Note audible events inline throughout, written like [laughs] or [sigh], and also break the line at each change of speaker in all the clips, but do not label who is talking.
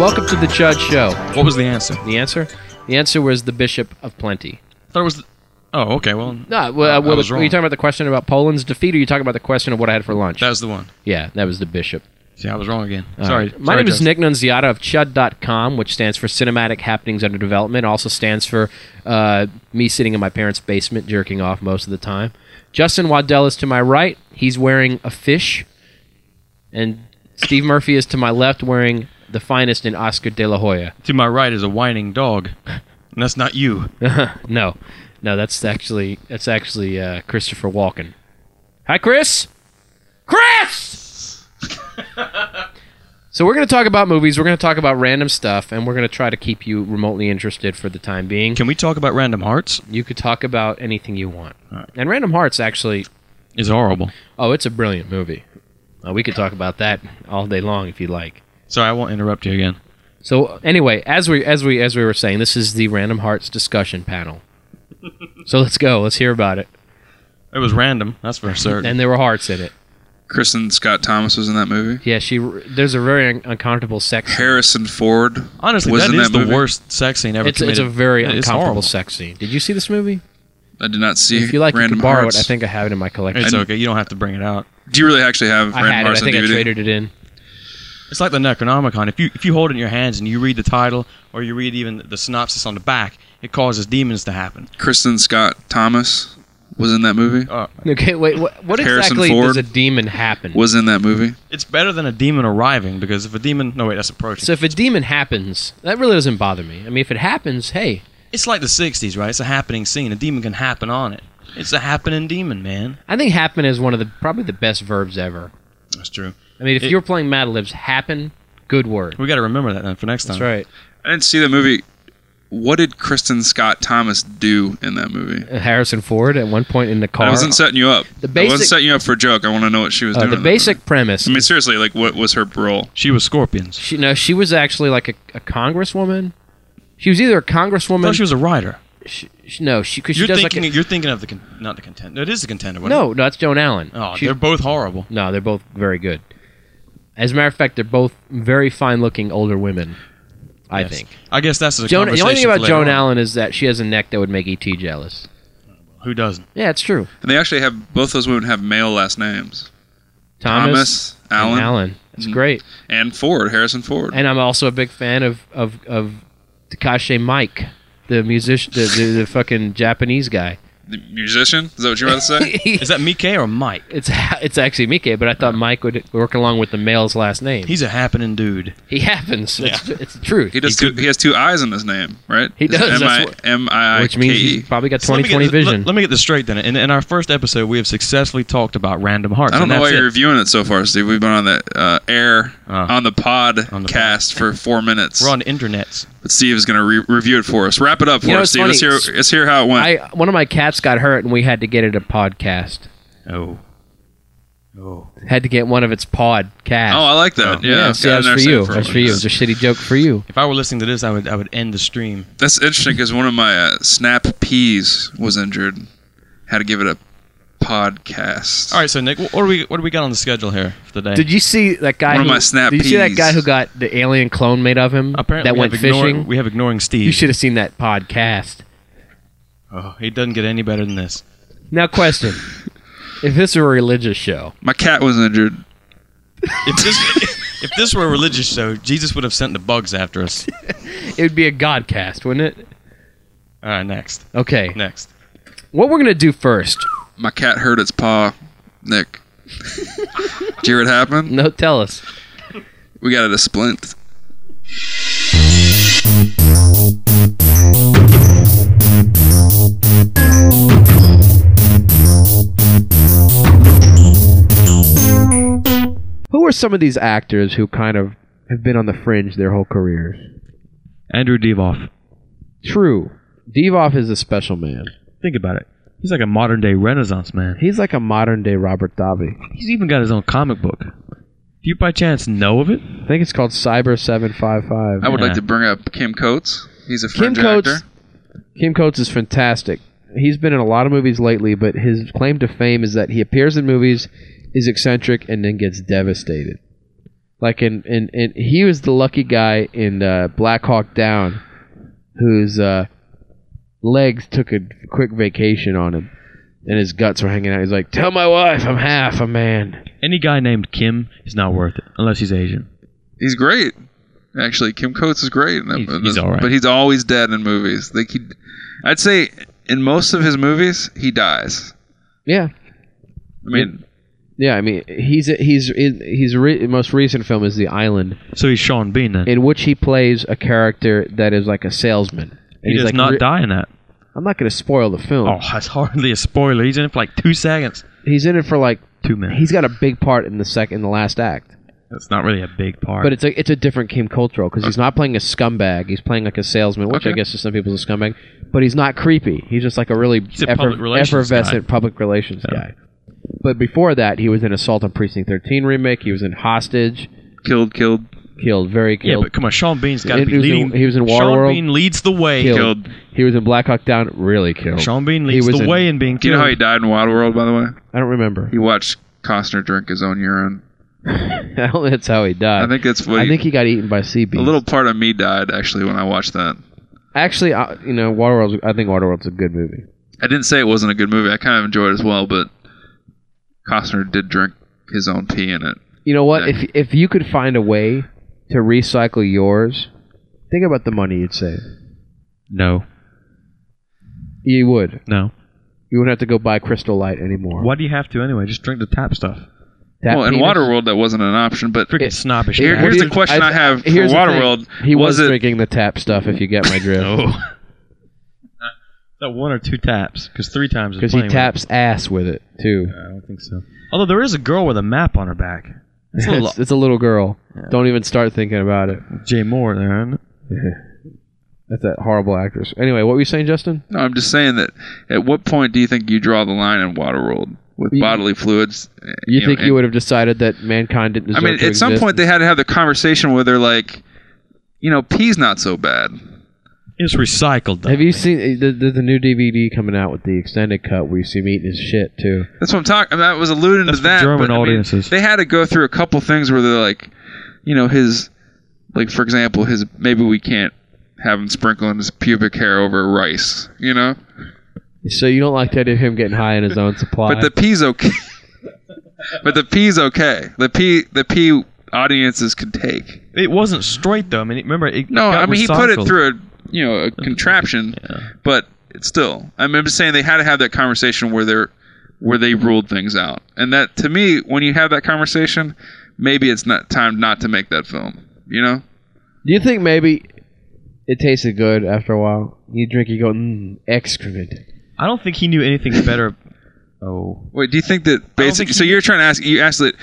Welcome to the Chud Show.
What was the answer?
The answer? The answer was the Bishop of Plenty.
I thought it was. The, oh, okay. Well,
No, well,
I- I
uh, well,
was
were
wrong.
you talking about the question about Poland's defeat, or you talking about the question of what I had for lunch?
that was the one.
yeah, that was the Bishop.
See, I was wrong again.
All
sorry.
right. My
Sorry,
name is
Justin.
Nick Nunziata of Chud.com, which stands for Cinematic Happenings Under Development. Also stands for uh, me sitting in my parents' basement jerking off most of the time. Justin Waddell is to my right. He's wearing a fish. And Steve Murphy is to my left wearing the finest in Oscar de la Hoya.
To my right is a whining dog. And that's not you.
no, no, that's actually that's actually uh, Christopher Walken. Hi, Chris. Chris. so we're going to talk about movies. We're going to talk about random stuff, and we're going to try to keep you remotely interested for the time being.
Can we talk about Random Hearts?
You could talk about anything you want. And Random Hearts actually,
Is horrible.
oh, it's a brilliant movie. Uh, we could talk about that all day long if you like.
Sorry, I won't interrupt you again.
So anyway, as we as we as we were saying, this is the Random Hearts discussion panel. so let's go. Let's hear about it.
It was random. That's for certain.
And there were hearts in it.
Kristen Scott Thomas was in that movie.
Yeah, she. There's a very un- uncomfortable sex. scene.
Harrison Ford.
Honestly,
was
that
in
is
that
the
movie.
worst sex scene ever
It's,
committed.
it's a very
It's
uncomfortable
horrible.
sex scene. Did you see this movie?
I did not see.
If you like,
Random
you can borrow
Hearts.
it. I think I have it in my collection.
It's okay. You don't have to bring it out.
Do you really actually have
I
Random
had it. I
Hearts on
think I
DVD?
traded it in.
It's like the Necronomicon. If you if you hold it in your hands and you read the title or you read even the synopsis on the back, it causes demons to happen.
Kristen Scott Thomas was in that movie.
Uh,
Okay, wait. What, what
Harrison
exactly does
Ford
a demon happen?
Was in that movie.
it's better than a demon arriving because if a demon, no wait, that's approaching.
so if a demon happens, that really doesn't bother me. I mean, if it happens, hey,
It's like the '60s, right? It's a happening scene. A demon can happen on it. It's a happening demon, man.
I think happen is one of the probably the best verbs ever.
That's true.
I mean, if
It-
you're playing Mad Libs, happen, good word.
We got to remember that then for next time.
That's right.
I didn't see the movie. What did Kristen Scott Thomas do in that movie?
Harrison Ford at one point in the car.
I wasn't setting you up.
The
I
basic-
wasn't setting you up for a joke. I want to know what she was
uh,
doing.
the
in that
basic
movie.
premise.
I mean, seriously, like, what was her role?
She was scorpions.
She no, she was actually like a, a congresswoman. She was either a congresswoman.
No, she was a writer.
she, she- no, she because she
You're
does
thinking
like
you're thinking of the con- not the contender. No, it is the contender.
a,
wasn't
no, no, that's Joan Allen.
it? Oh,
She-
they're both horrible.
no, they're both very good. As a matter of fact, they're both very fine-looking older women. I
Yes.
think.
I guess that's the
Joan, the only thing
conversation for
about
later
Joan
on.
Allen is that she has a neck that would make ET jealous.
Who doesn't?
Yeah, it's true.
And they actually have both those women have male last names.
Thomas,
Thomas, Allen,
and Allen. It's
Mm-hmm.
great.
and Ford. Harrison Ford.
And I'm also a big fan of of of Takashi Mike, the musician, the, the, the fucking Japanese guy.
the musician. Is that what you were about
[laughs]
to say?
[laughs] Is that Mike or Mike?
It's [laughs] it's actually Mike, but I thought Mike would work along with the male's last name.
He's a happening dude.
he happens. It's, it's the truth.
He does. two, he has two eyes in his name, right?
He does, that's
M
what-
I M I I
which means
K
he's
E.
probably got
So let me
20/20
get-
vision.
Let, let me get this straight then. In, in our first episode, we have successfully talked about random hearts.
I don't
and
know why
that's
you're
it.
reviewing it so far, Steve. We've been on the uh, air
Uh,
Ah.
on the pod
on the
cast for four minutes.
We're on the internets.
But Steve is going to re- review it for us. Wrap it up for
know,
us,
it's
Steve. Let's
funny.
hear. Let's hear how it went.
I one of my cats got hurt and we had to get it a podcast.
Oh. Oh.
Had to get one of its pod cats.
oh, I like that.
Oh,
yeah,
see,
I
that's
never
for
seen it
you.
for a
That's
while.
for you. It's a shitty joke for you.
If I were listening to this, I would I would end the stream.
That's interesting because one of my uh, snap peas was injured. Had to give it a podcast.
All right, so Nick, wh- what do we what do we got on the schedule here for today?
Did you see that guy?
One of
who,
my snap
Did you see that
peas.
guy who got the alien clone made of him
Apparently,
that
we
went
have ignoring-
fishing?
we have ignoring Steve.
you should have seen that podcast.
Oh, he doesn't get any better than this.
Now,
[laughs]
question: If this were a religious show,
My cat was injured.
If this if this were a religious show, Jesus would have sent the bugs after us.
it would be a godcast, wouldn't it?
All right, next,
Okay.
next.
What we're gonna do first?
My cat hurt its paw.
[laughs]
Nick, did you hear what happened?
No, tell us.
We got it a splint.
Who are some of these actors who kind of have been on the fringe their whole careers?
Andrew Devoff.
True. Devoff is a special man.
Think about it. He's like a modern day Renaissance man.
He's like a modern day Robert Davi.
He's even got his own comic book. Do you by chance know of it?
I think it's called Cyber Seven Five
I
Five.
would like
Yeah.
to bring up Kim Coates. He's a
Kim
fringe
Coates.
actor.
Kim Coates is fantastic. He's been in a lot of movies lately, but his claim to fame is that he appears in movies, is eccentric, and then gets devastated. Like in, in, in he was the lucky guy in uh, Black Hawk Down, whose uh, legs took a quick vacation on him, and his guts were hanging out. He's like, "Tell my wife I'm half a man."
Any guy named Kim is not worth it unless he's Asian.
He's great. Actually, Kim Coates is great. In that,
He's- he's all right.
But he's always dead in movies. Like he, I'd say in most of his movies, he dies.
Yeah,
I mean,
yeah. I mean, he's he's he's re- most recent film is The Island,
So he's Sean Bean then.
in which he plays a character that is like a salesman. And
he
he's
does
like,
not
re-
die in that.
I'm not going to spoil the film.
Oh, that's hardly a spoiler. He's in it for like two seconds.
He's in it for like
Two minutes.
he's got a big part in the second, in the last act.
That's not really a big part.
But it's a it's a different Kim Cultural because he's not playing a scumbag. He's playing like a salesman, which I
Okay.
guess to some people's a scumbag. But he's not creepy. He's just like a really
a
effer-
public relations
effervescent public relations guy. But before that, he was in Assault on Precinct 13 remake. He was in Hostage,
killed, killed,
killed, very
yeah,
killed.
but come on, Sean Bean's got to
And
be
he was in-
leading.
he was in
Sean
Waterworld.
Bean leads the way.
Killed.
killed.
he was in Black Hawk Down, really killed.
Sean Bean
He
leads
was
the
in-
way in being
Do you
killed.
know how he died in Wild World? By the way,
I don't remember. [laughs]
he watched Costner drink his own urine.
I don't think that's how he died.
I think that's what.
I
he,
think he got eaten by sea beast.
a little part of me died actually when I watched that.
Actually, I, you know, Waterworld. I think Waterworld's a good movie.
I didn't say it wasn't a good movie. I kind of enjoyed it as well, but Costner did drink his own pee in it.
You know what? If if you could find a way to recycle yours, think about the money you'd save.
no,
You would.
no.
You wouldn't have to go buy Crystal Light anymore.
Why do you have to anyway? Just drink the tap stuff.
That
well, in
penis-
Waterworld, that wasn't an option, but
Freaking
It-
snobbish.
Here-
Here-
bastard.
here's
Dude,
the question I,
th-
have for
here's the thing.
Waterworld.
He was,
was, it
drinking the tap stuff. If you get
[laughs]
my drift,
No. Oh. [laughs] that one or two taps, because three times is
because
plenty,
he
right?
taps ass with it too.
I don't think so. Although there is a girl with a map on her back.
[laughs]
That's a little
it's, it's a little girl. Don't even start thinking about it.
Jay Moore there. Isn't it?
That's that horrible actress. Anyway, what were you saying, Justin?
No, I'm just saying that. At what point do you think you draw the line in Waterworld with
You-
bodily fluids? uh,
You,
know,
think
and-
you would have decided that mankind didn't
I
deserve
mean,
to
at some
exist?
point they had to have the conversation where they're like, you know, pee's not so bad.
It's recycled. Though.
Have you seen eh, the, the, the new DVD coming out with the extended cut where you see him eating his shit too?
That's what I'm talking. I, mean, I was alluding
That's
to
for
that.
German
but, I mean,
audiences.
they had to go through a couple things where they're like, you know, his, like for example, his maybe we can't have him sprinkling his pubic hair over rice, you know.
So you don't like the idea of him getting high on his own supply?
But the pee's okay. [laughs] but the pee's okay. The pee, the pee audiences could take.
It wasn't straight though. I mean, remember? It
No,
got
I mean he put it
recycled.
through a you know a contraption, but it's still. I mean, I'm just saying they had to have that conversation where they're where they ruled things out, and that to me, when you have that conversation, maybe it's not time not to make that film. You know,
Do you think maybe it tasted good after a while? You drink, you go, mm, excrement.
I don't think he knew anything better. Oh,
wait, do you think that
think
basically?
he
So you're trying to ask you asked that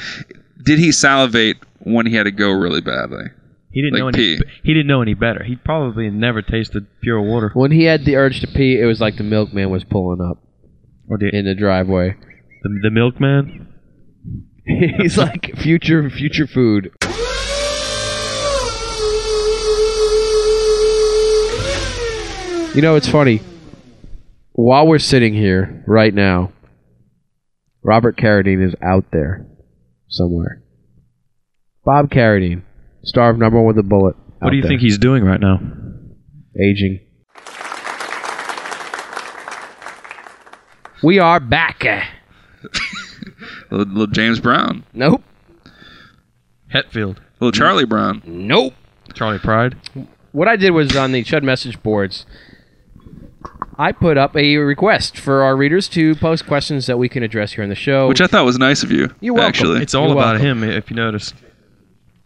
did he salivate when he had to go really badly?
he didn't
Like
know any.
pee.
He didn't know any better. He probably never tasted pure water.
When he had the urge to pee, it was like the milkman was pulling up
Or the,
in the driveway. [laughs]
the, the milkman.
He's like future, future food. You know, it's funny. While we're sitting here right now, Robert Carradine is out there somewhere. Bob Carradine, star of Number One with a Bullet.
What do you think he's doing right now?
aging? We are back.
Little, little James Brown,
Nope.
Hetfield,
little Charlie Brown.
Nope.
Charlie Pride.
what I did was on the Chud message boards, I put up a request for our readers to post questions that we can address here on the show.
Oh, which I thought was nice of you.
You're welcome.
Actually,
It's all
You're
about
welcome.
him, if you notice.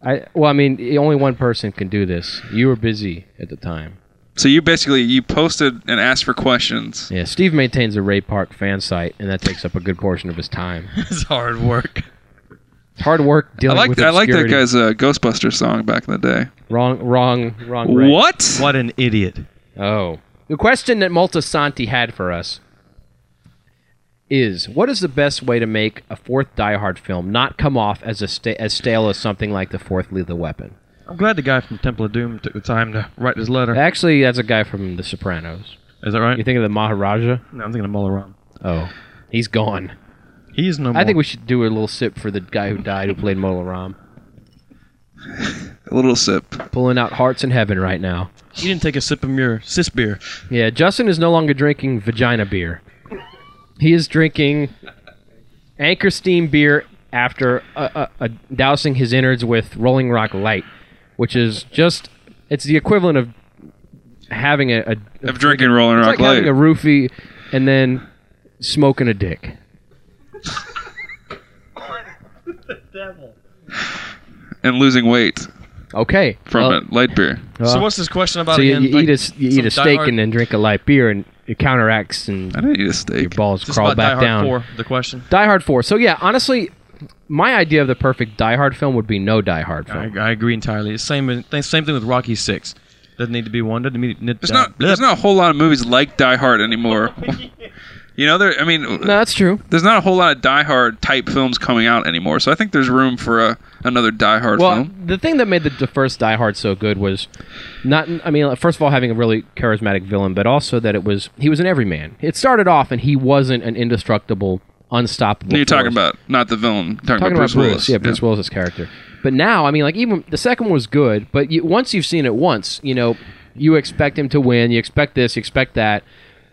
I, well, I mean, only one person can do this. You were busy at the time.
so you basically you posted and asked for questions.
Yeah, Steve maintains a Ray Park fan site, and that takes up a good portion of his time.
[laughs] it's hard work.
It's hard work
I
dealing
like
with
I like that
obscurity.
guy's uh, Ghostbusters song back in the day.
Wrong, wrong, wrong. Ray.
What?
What an idiot.
Oh. The question that Multisanti had for us is what is the best way to make a fourth Die Hard film not come off as a sta- as stale as something like the fourth Lethal Weapon?
I'm glad the guy from Temple of Doom took the time to write this letter.
Actually, that's a guy from The Sopranos.
Is that right?
You think of the Maharaja?
No, I'm thinking of Molaram.
Oh, he's gone.
He's no more.
I think we should do a little sip for the guy who died who played Molaram.
A little sip.
Pulling out hearts in heaven right now.
You didn't take a sip of your sis beer.
Yeah, Justin is no longer drinking vagina beer. He is drinking Anchor Steam beer after uh, uh, uh, dousing his innards with Rolling Rock Light, which is just it's the equivalent of having a, a
Of drinking Rolling
it's
Rock
like having
Light.
a roofie and then smoking a dick.
and losing weight
Okay,
from
well,
it. Light
[laughs]
beer.
well,
so what's this question about
so you,
again?
you
Like,
eat a s- you eat
some
a steak
diehard-
and then drink a light beer and it counteracts and
I didn't eat a
your
steak.
balls
just
crawl
about Die
back down.
Hard 4, the question.
Die Hard 4. So yeah, honestly, my idea of the perfect Die Hard film would be no Die Hard film.
I, I agree entirely. It's Same th- same thing with Rocky Six. Doesn't need to be one. Doesn't need. need
There's not there's not a whole lot of movies like Die
[laughs]
Hard anymore. [laughs] you know, there. I mean,
No, that's true.
there's not a whole lot of Die Hard type films coming out anymore. So I think there's room for a, another Die Hard
Well,
film.
the thing that made the, the first Die Hard so good was not. I mean, first of all, having a really charismatic villain, but also that it was he was an everyman. It started off and he wasn't an indestructible, unstoppable.
No, You're talking
force.
about not the villain. You're talking,
talking
about Bruce Willis.
Yeah, Bruce Willis's character. But now, I mean, like even the second one was good, but you, once you've seen it once, you know, you expect him to win. You expect this. You expect that.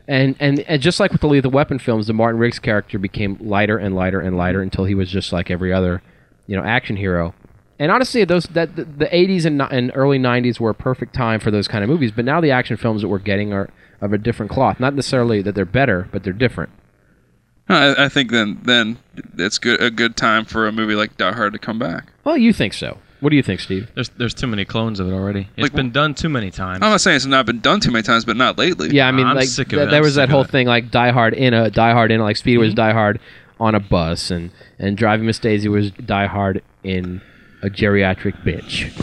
And, and and just like with the Lethal Weapon films, the Martin Riggs character became lighter and lighter and lighter until he was just like every other, you know, action hero. And honestly, those that the, the 80s and, ni- and early 90s were a perfect time for those kind of movies. But now the action films that we're getting are of a different cloth. Not necessarily that they're better, but they're different.
No, I, I think then then it's good a good time for a movie like Die Hard to come back.
Well, you think so? What do you think, Steve?
There's there's too many clones of it already. It's
Like,
been done too many times.
I'm not saying it's not been done too many times, but not lately.
Yeah, I mean,
I'm
like
sick of
th-
it.
there
I'm
was
sick
that
of
whole
it.
thing like Die Hard in a Die Hard in a, like Speed was Die Hard on a bus and and Driving Miss Daisy was Die Hard in a geriatric bitch.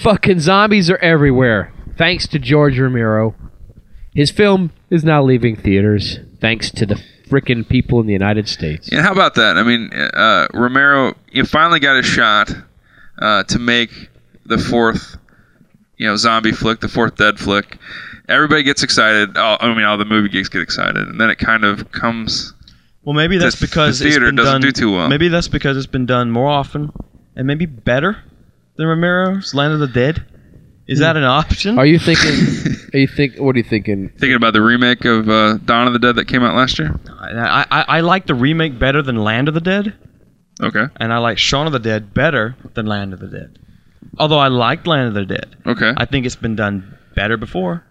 Fucking zombies are everywhere. Thanks to George Romero, his film is now leaving theaters. Thanks to the frickin' people in the United States.
And how about that? I mean, uh, Romero, you finally got a shot uh, to make the fourth, you know, zombie flick, the fourth dead flick. Everybody gets excited. All, I mean, all the movie geeks get excited, and then it kind of comes.
Well, maybe that's
the
because it's
theater
been
doesn't
done,
do too well.
Maybe that's because it's been done more often and maybe better than Romero's Land of the Dead. Is that an option?
Are you thinking? are you think? What are you thinking?
[laughs] Thinking about the remake of uh, Dawn of the Dead that came out last year.
I, I, I like the remake better than Land of the Dead,
Okay,
and I like Shaun of the Dead better than Land of the Dead. Although I liked Land of the Dead,
okay.
I think it's been done better before.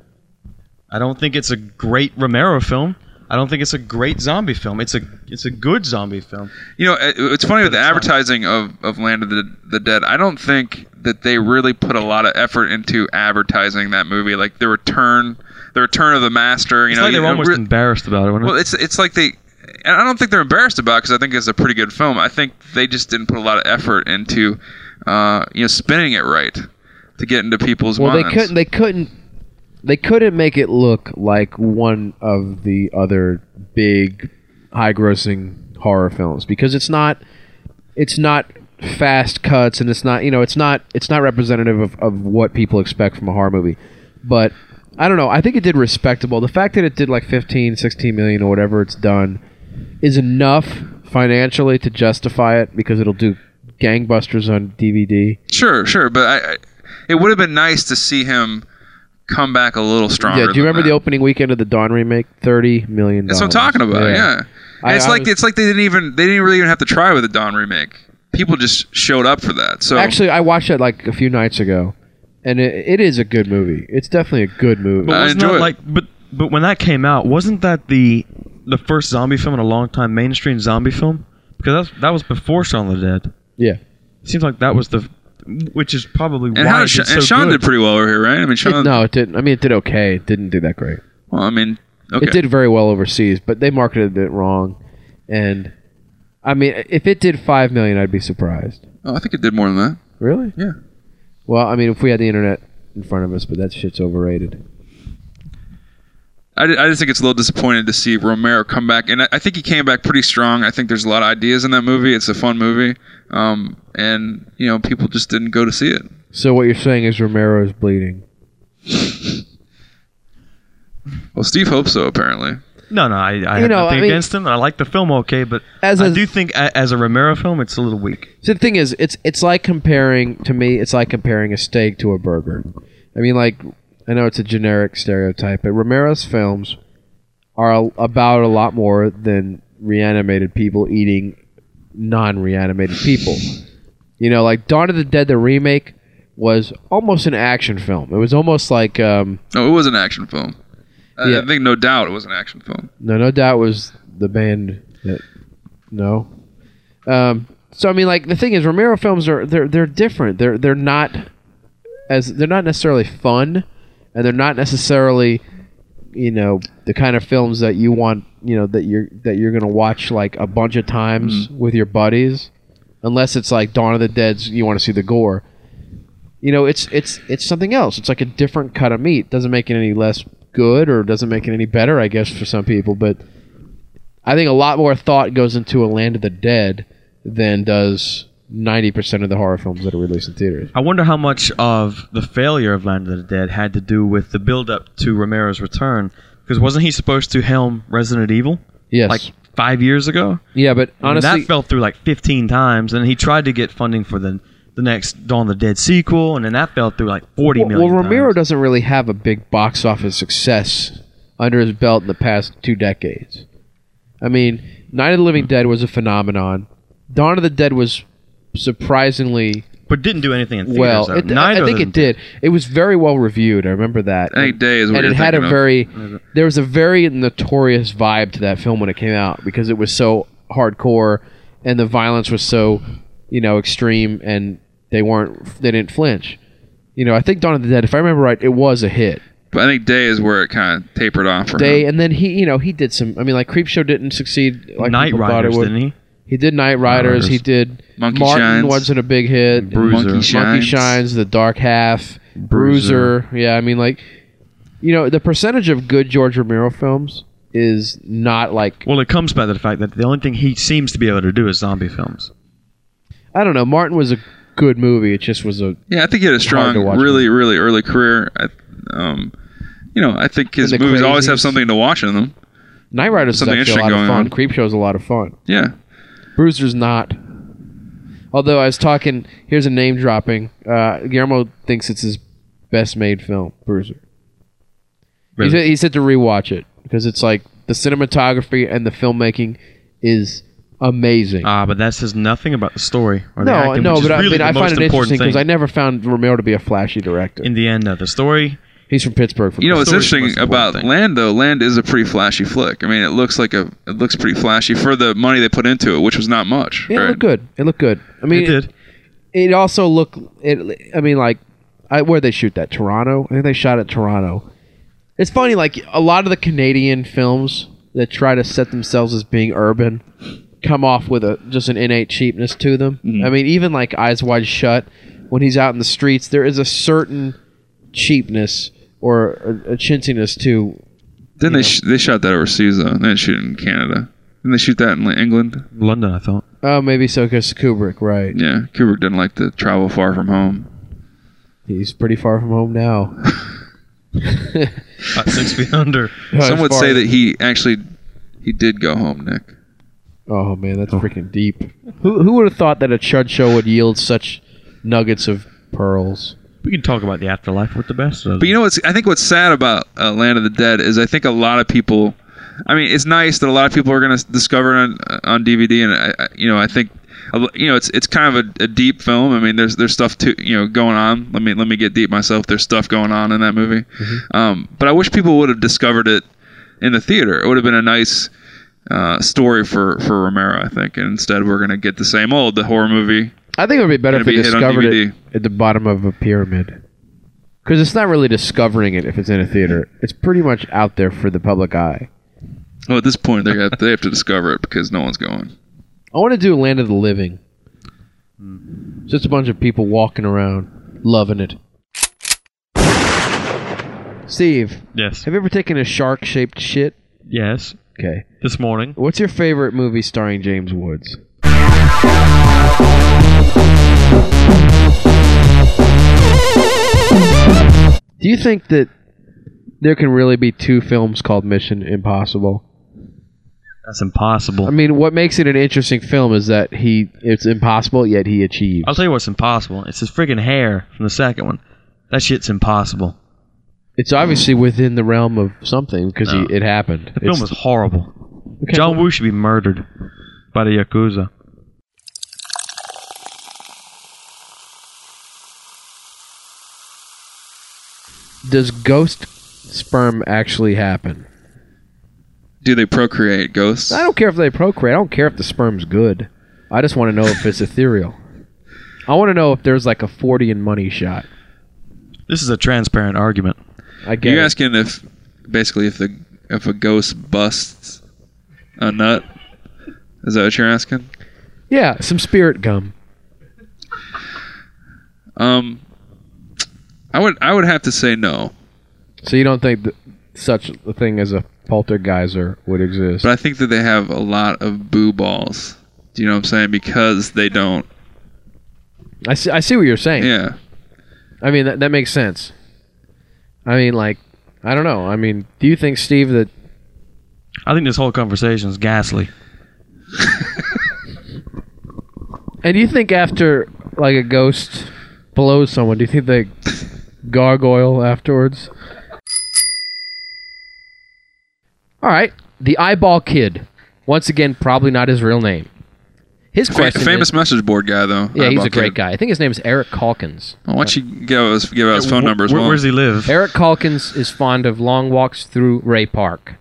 I don't think it's a great Romero film. I don't think it's a great zombie film. It's a it's a good zombie film.
You know, it, it's funny with the
it's not.
advertising of, of Land of the, the Dead. I don't think that they really put a lot of effort into advertising that movie. Like the return, the return of the master. You
It's
know,
like they
you
were
know,
almost
re-
embarrassed about it. weren't they?
Well, it's it's like they, and I don't think they're embarrassed about because I think it's a pretty good film. I think they just didn't put a lot of effort into, uh, you know, spinning it right to get into people's
Well, they
minds.
couldn't. They couldn't. They couldn't make it look like one of the other big, high-grossing horror films because it's not. It's not fast cuts, and it's not. You know, it's not. It's not representative of, of what people expect from a horror movie. But I don't know. I think it did respectable. The fact that it did like 15, 16 million or whatever it's done is enough financially to justify it because it'll do gangbusters on DVD.
Sure, sure, but I, I it would have been nice to see him come back a little stronger.
Yeah, do you
than
remember
that.
the opening weekend of the Dawn remake? Thirty million.
That's what I'm talking about. Yeah, And
I-
it's
I
like
was-
it's like they didn't even they didn't really even have to try with the Don remake. People just showed up for that. So
Actually, I watched that like a few nights ago, and it, it is a good movie. It's definitely a good movie.
I
But wasn't
enjoy
that
it.
like but but when that came out, wasn't that the the first zombie film in a long time mainstream zombie film? Because that's, that was before Shaun of the Dead.
yeah,
It seems like that was the which is probably
and
why
how
it
did Sha-
did so
and Sean
good.
did pretty well over here, right? I mean, Sean.
It- no, it didn't. I mean, it did okay. It didn't do that great.
Well, I mean, okay.
It did very well overseas, but they marketed it wrong, and I mean, if it did five million, I'd be surprised.
Oh, I think it did more than that.
Really?
Yeah.
Well, I mean, if we had the internet in front of us, but that shit's overrated.
I, ju- I just think it's a little disappointed to see Romero come back, and I, I think he came back pretty strong. I think there's a lot of ideas in that movie. It's a fun movie, um, and you know people just didn't go to see it.
So what you're saying is Romero's bleeding.
Well, Steve hopes so apparently.
No, no, I, I have
know,
nothing
I mean-
against him. I like the film okay, but
As
I
a-
do think a, as a Romero film, it's a little weak.
So the thing is, it's it's like comparing to me, it's like comparing a steak to a burger. I mean, like I know it's a generic stereotype, but Romero's films are a- about a lot more than reanimated people eating non-reanimated people. You know, like Dawn of the Dead, the remake was almost an action film. It was almost like um,
No, it was an action film. I-
Yeah.
I think no doubt it was an action film.
No, no doubt was the band that no. Um, so I mean, like the thing is, Romero films are they're they're different. They're they're not as they're not necessarily fun, and they're not necessarily you know the kind of films that you want you know that you're that you're gonna watch like a bunch of times with your buddies, unless it's like Dawn of the Dead's. You want to see the gore. You know, it's it's it's something else. It's like a different cut of meat. Doesn't make it any less good or doesn't make it any better, I guess, for some people. But I think a lot more thought goes into a Land of the Dead than does ninety percent of the horror films that are released in theaters.
I wonder how much of the failure of Land of the Dead had to do with the build-up to Romero's return, because wasn't he supposed to helm Resident Evil
Yes.
like five years ago?
yeah, but honestly,
and that fell through like 15 times, and he tried to get funding for the the next Dawn of the Dead sequel, and then that fell through like forty
Well,
million.
well, Romero
times.
doesn't really have a big box office success under his belt in the past two decades. I mean, Night of the Living Dead was a phenomenon. Dawn of the Dead was surprisingly
but didn't do anything in theaters.
well.
though.
It, I,
Neither
I think
of
it
them
did. It was very well reviewed. I remember that.
I think Day is
and
what you're
it had a
thinking of.
very there was a very notorious vibe to that film when it came out because it was so hardcore and the violence was so you know extreme and they weren't they didn't flinch. You know, I think Dawn of the Dead, if I remember right, it was a hit.
But I think Day is where it kind of tapered off for
They
him.
and then he, you know, he did some. I mean, like Creepshow didn't succeed like
Night
people thought it
Riders,
would.
didn't he?
He did Night Riders.
Riders.
He did
Monkey
Martin
Shines.
wasn't a big hit.
Bruiser.
Monkey Shines.
Monkey Shines, The Dark Half, Bruiser. Yeah, I mean, like, you know, the percentage of good George Romero films is not like
Well, it comes by the fact that the only thing he seems to be able to do is zombie films.
I don't know. Martin was a good movie. It just was a
Yeah, I think he had a strong,
to watch
really, really early career. I, um, you know, I think his
And the
movies always
Crazies.
have something to watch in them.
Night Riders is
Something
actually a lot of
interesting
fun.
going
Creepshow's a lot of fun.
Yeah,
Bruiser's not. Although I was talking, here's a name dropping. Uh, Guillermo thinks it's his best made film, Bruiser. He,
Really?
said, he said to rewatch it because it's like the cinematography and the filmmaking is amazing.
Ah, but that says nothing about the story or the
no,
acting,
no,
which
but
is really
I mean,
the
I find
most
it interesting
important
because
thing.
I never found Romero to be a flashy director.
in the end, though, the story.
He's from Pittsburgh. For
you know what's
Story's the most
interesting about
important thing.
Land though? Land is a pretty flashy flick. I mean, it looks like a, it looks pretty flashy for the money they put into it, which was not much.
it
right?
looked good. It looked good. I mean,
It did.
it also looked it i mean like I, where they shoot that toronto i think they shot at toronto it's funny like a lot of the canadian films that try to set themselves as being urban come off with a just an innate cheapness to them
Mm-hmm.
i mean even like eyes wide shut when he's out in the streets there is a certain cheapness or a, a chintziness to
Then they sh- they shot that overseas though. They didn't shoot it in Canada. Didn't they shoot that in like, England?
London, I thought.
oh maybe so because kubrick right
Yeah, Kubrick didn't like to travel far from home.
he's pretty far from home now
About Uh, six feet under.
Some would say that he actually he did go home, Nick.
Oh man, that's freaking deep. Who who would have thought that a chud show would yield such nuggets of pearls?
We can talk about the afterlife with the best.
But you know what's I think what's sad about uh, Land of the Dead is I think a lot of people. I mean, it's nice that a lot of people are going to discover it on uh, on DVD, and I, I, you know, I think a lo- you know it's it's kind of a, a deep film. I mean, there's there's stuff to you know going on. Let me let me get deep myself. There's stuff going on in that movie,
Mm-hmm.
um, but I wish people would have discovered it in the theater. It would have been a nice uh, story for for Romero, I think. And instead, we're going to get the same old the horror movie.
I think it would be better if
Gonna
they
be hit on
discovered it
DVD.
at the bottom of a pyramid. Because it's not really discovering it if it's in a theater. It's pretty much out there for the public eye.
Well, at this point, they have, they have to discover it because no one's going.
I want to do Land of the Living. Just a bunch of people walking around, loving it. Steve,
Yes.
have you ever taken a shark-shaped shit?
Yes.
Okay.
This morning.
What's your favorite movie starring James Woods? Do you think that there can really be two films called Mission Impossible?
That's impossible.
I mean, what makes it an interesting film is that he it's impossible yet he achieves.
I'll tell you what's impossible. It's his freaking hair from the second one. That shit's impossible.
It's obviously within the realm of something because
No.
it happened.
The film
It's-
was horrible.
Okay,
John Woo should be murdered by the Yakuza.
Does ghost sperm actually happen?
Do they procreate ghosts?
I don't care if they procreate. I don't care if the sperm's good. I just want to know
[laughs]
if it's ethereal. I want to know if there's like a forty and money shot.
This is a transparent argument.
I get
You're
it.
asking if basically if the if a ghost busts a nut. Is that what you're asking?
Yeah, some spirit gum.
Um, I would I would have to say no,
So you don't think that such a thing as a poltergeiser would exist?
but I think that they have a lot of boo balls. Do you know what I'm saying? Because they don't.
I see, I see what you're saying.
Yeah.
I mean, that, that makes sense. I mean, like, I don't know. I mean, do you think, Steve, that
I think this whole conversation is ghastly.
And do you think after like a ghost blows someone, do you think they gargoyle afterwards? All right, the eyeball kid. Once again, probably not his real name. His
Fa-
question
famous
is-
message board guy though.
yeah, he's
Eyeball
a great
Kid.
guy. I think his name is Eric Calkins.
Why don't you give us give out his phone
Wh-
number as
where-
well?
Where's he live?
Eric Calkins is fond of long walks through Ray Park.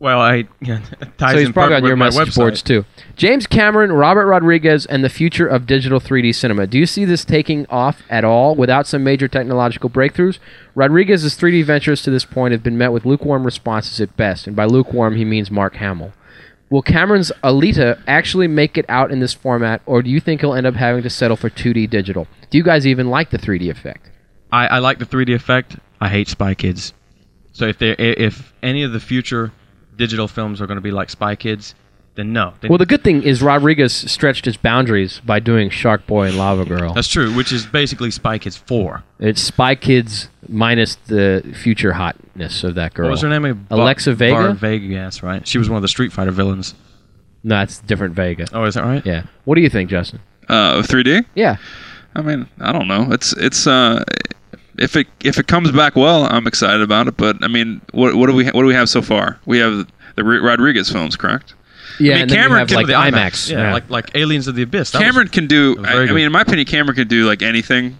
Well, I [laughs] yeah, it ties
so he's
in
probably
perfect
on
with
your
my
message
website.
boards too. James Cameron, Robert Rodriguez, and the future of digital 3D cinema. Do you see this taking off at all without some major technological breakthroughs? Rodriguez's 3D ventures to this point have been met with lukewarm responses at best, and by lukewarm he means Mark Hamill. Will Cameron's Alita actually make it out in this format, or do you think he'll end up having to settle for 2D digital? Do you guys even like the 3D effect?
I, I like the 3D effect. I hate Spy Kids. So if they if any of the future digital films are going to be like Spy Kids, then no. They-
Well, the good thing is Rodriguez stretched his boundaries by doing Shark Boy and Lava Girl.
that's true. Which is basically Spy Kids four.
It's Spy Kids minus the future hotness of that girl.
What was her name? again? Bar-
Alexa Vega?
Bar Vega. yeah, That's right. She was one of the Street Fighter villains.
No, that's different Vega.
Oh, is that right?
Yeah. What do you think, Justin?
Uh, 3D.
Yeah.
I mean, I don't know. It's it's uh, if it if it comes back well, I'm excited about it. But I mean, what what do we what do we have so far? We have the Ro- Rodriguez films, correct?
Yeah.
I mean,
and then you
Cameron
have
came
like
with the IMAX.
IMAX.
Yeah, like like Aliens of the Abyss. That was-
Cameron can do.
was very
I, I
good.
mean, in my opinion, Cameron can do like anything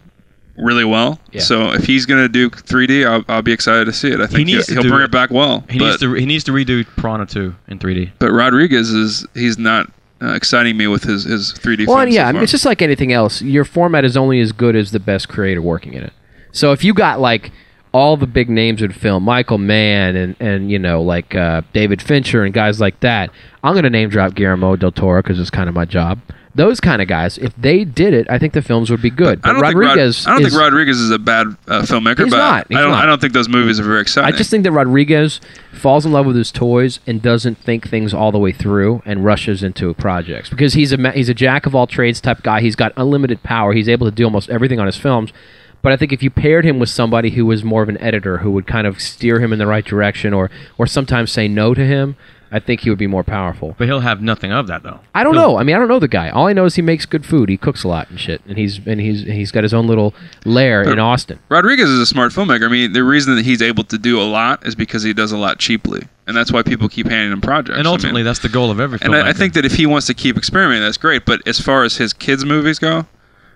really well.
Yeah.
So if he's gonna do 3D, I'll, I'll be excited to see it. I think he
needs to
will
do
bring
it.
it back well.
he
but,
needs to he needs to redo Piranha two in 3D.
but Rodriguez is he's not uh, exciting me with his his 3D.
well,
films
yeah.
so
I mean,
far.
it's just like anything else. Your format is only as good as the best creator working in it. So if you got like all the big names in film, Michael Mann and and you know like uh, David Fincher and guys like that, I'm gonna name drop Guillermo del Toro because it's kind of my job. Those kind of guys, if they did it, I think the films would be good.
I
But
don't,
Rodriguez,
think, Rod- I don't
is-
think Rodriguez is a bad uh, filmmaker,
He's
but
not. He's
I, don't,
not.
I don't think those movies are very exciting.
I just think that Rodriguez falls in love with his toys and doesn't think things all the way through and rushes into projects because he's a ma- he's a jack of all trades type guy. He's got unlimited power. He's able to do almost everything on his films. But I think if you paired him with somebody who was more of an editor who would kind of steer him in the right direction or or sometimes say no to him, I think he would be more powerful.
But he'll have nothing of that though.
I don't know. I mean, I don't know the guy. All I know is he makes good food. He cooks a lot and shit, and he's and he's he's got his own little lair in Austin.
Rodriguez is a smart filmmaker. I mean, the reason that he's able to do a lot is because he does a lot cheaply, and that's why people keep handing him projects.
And ultimately,
I mean,
that's the goal of every
and
film.
I, I think that if he wants to keep experimenting, that's great. But as far as his kids' movies go,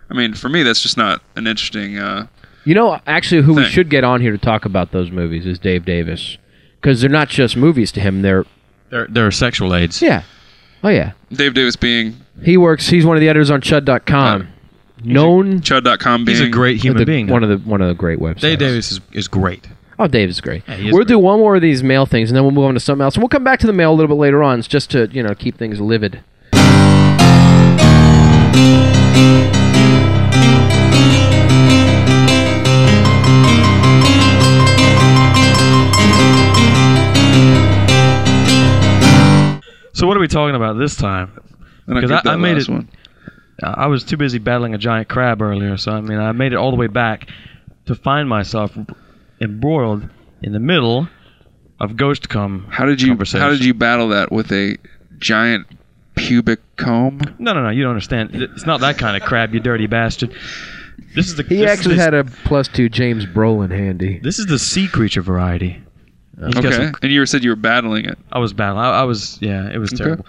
I mean, for me, that's just not an interesting. Uh,
You know, actually, who we
thing.
should get on here to talk about those movies is Dave Davis, because they're not just movies to him. They're
there, there are sexual aids.
yeah, oh yeah.
Dave Davis being
He works. He's one of the editors on Chud.com, known
Chud.com being
He's a great human
the-
being.
one of the one of the great websites.
Dave Davis is, is great.
Oh, Dave is great.
he is
we'll do one more of these mail things, and then we'll move on to something else. And we'll come back to the mail a little bit later on, just to you know keep things livid.
So what are we talking about this time?
And I,
because
get
I-
that
I made
last
it-
One.
I I was too busy battling a giant crab earlier, so I mean I made it all the way back to find myself embroiled in the middle of ghost come.
How did you
Conversation.
How did you battle that with a giant pubic comb.
No, no, no. You don't understand. It's not that kind of crab, you dirty bastard. This is the.
He
this,
actually
this,
had a plus two James Brolin handy.
This is the sea creature variety. He's got
Okay,
some-
and you said you were battling it.
I was battling. I, I was. Yeah, it was terrible.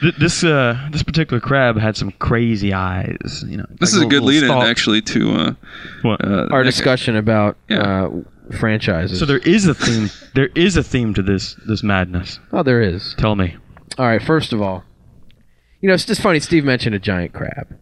Th- this uh, this particular crab had some crazy eyes. You know.
This
like
is a good
little
lead-in,
stalk-
actually, to uh,
What?
uh,
Our
Nick-
discussion about
Yeah.
uh, franchises.
So there is a theme. there is a theme to this this madness.
oh, there is.
Tell me.
All right. First of all, you know it's just funny. Steve mentioned a giant crab,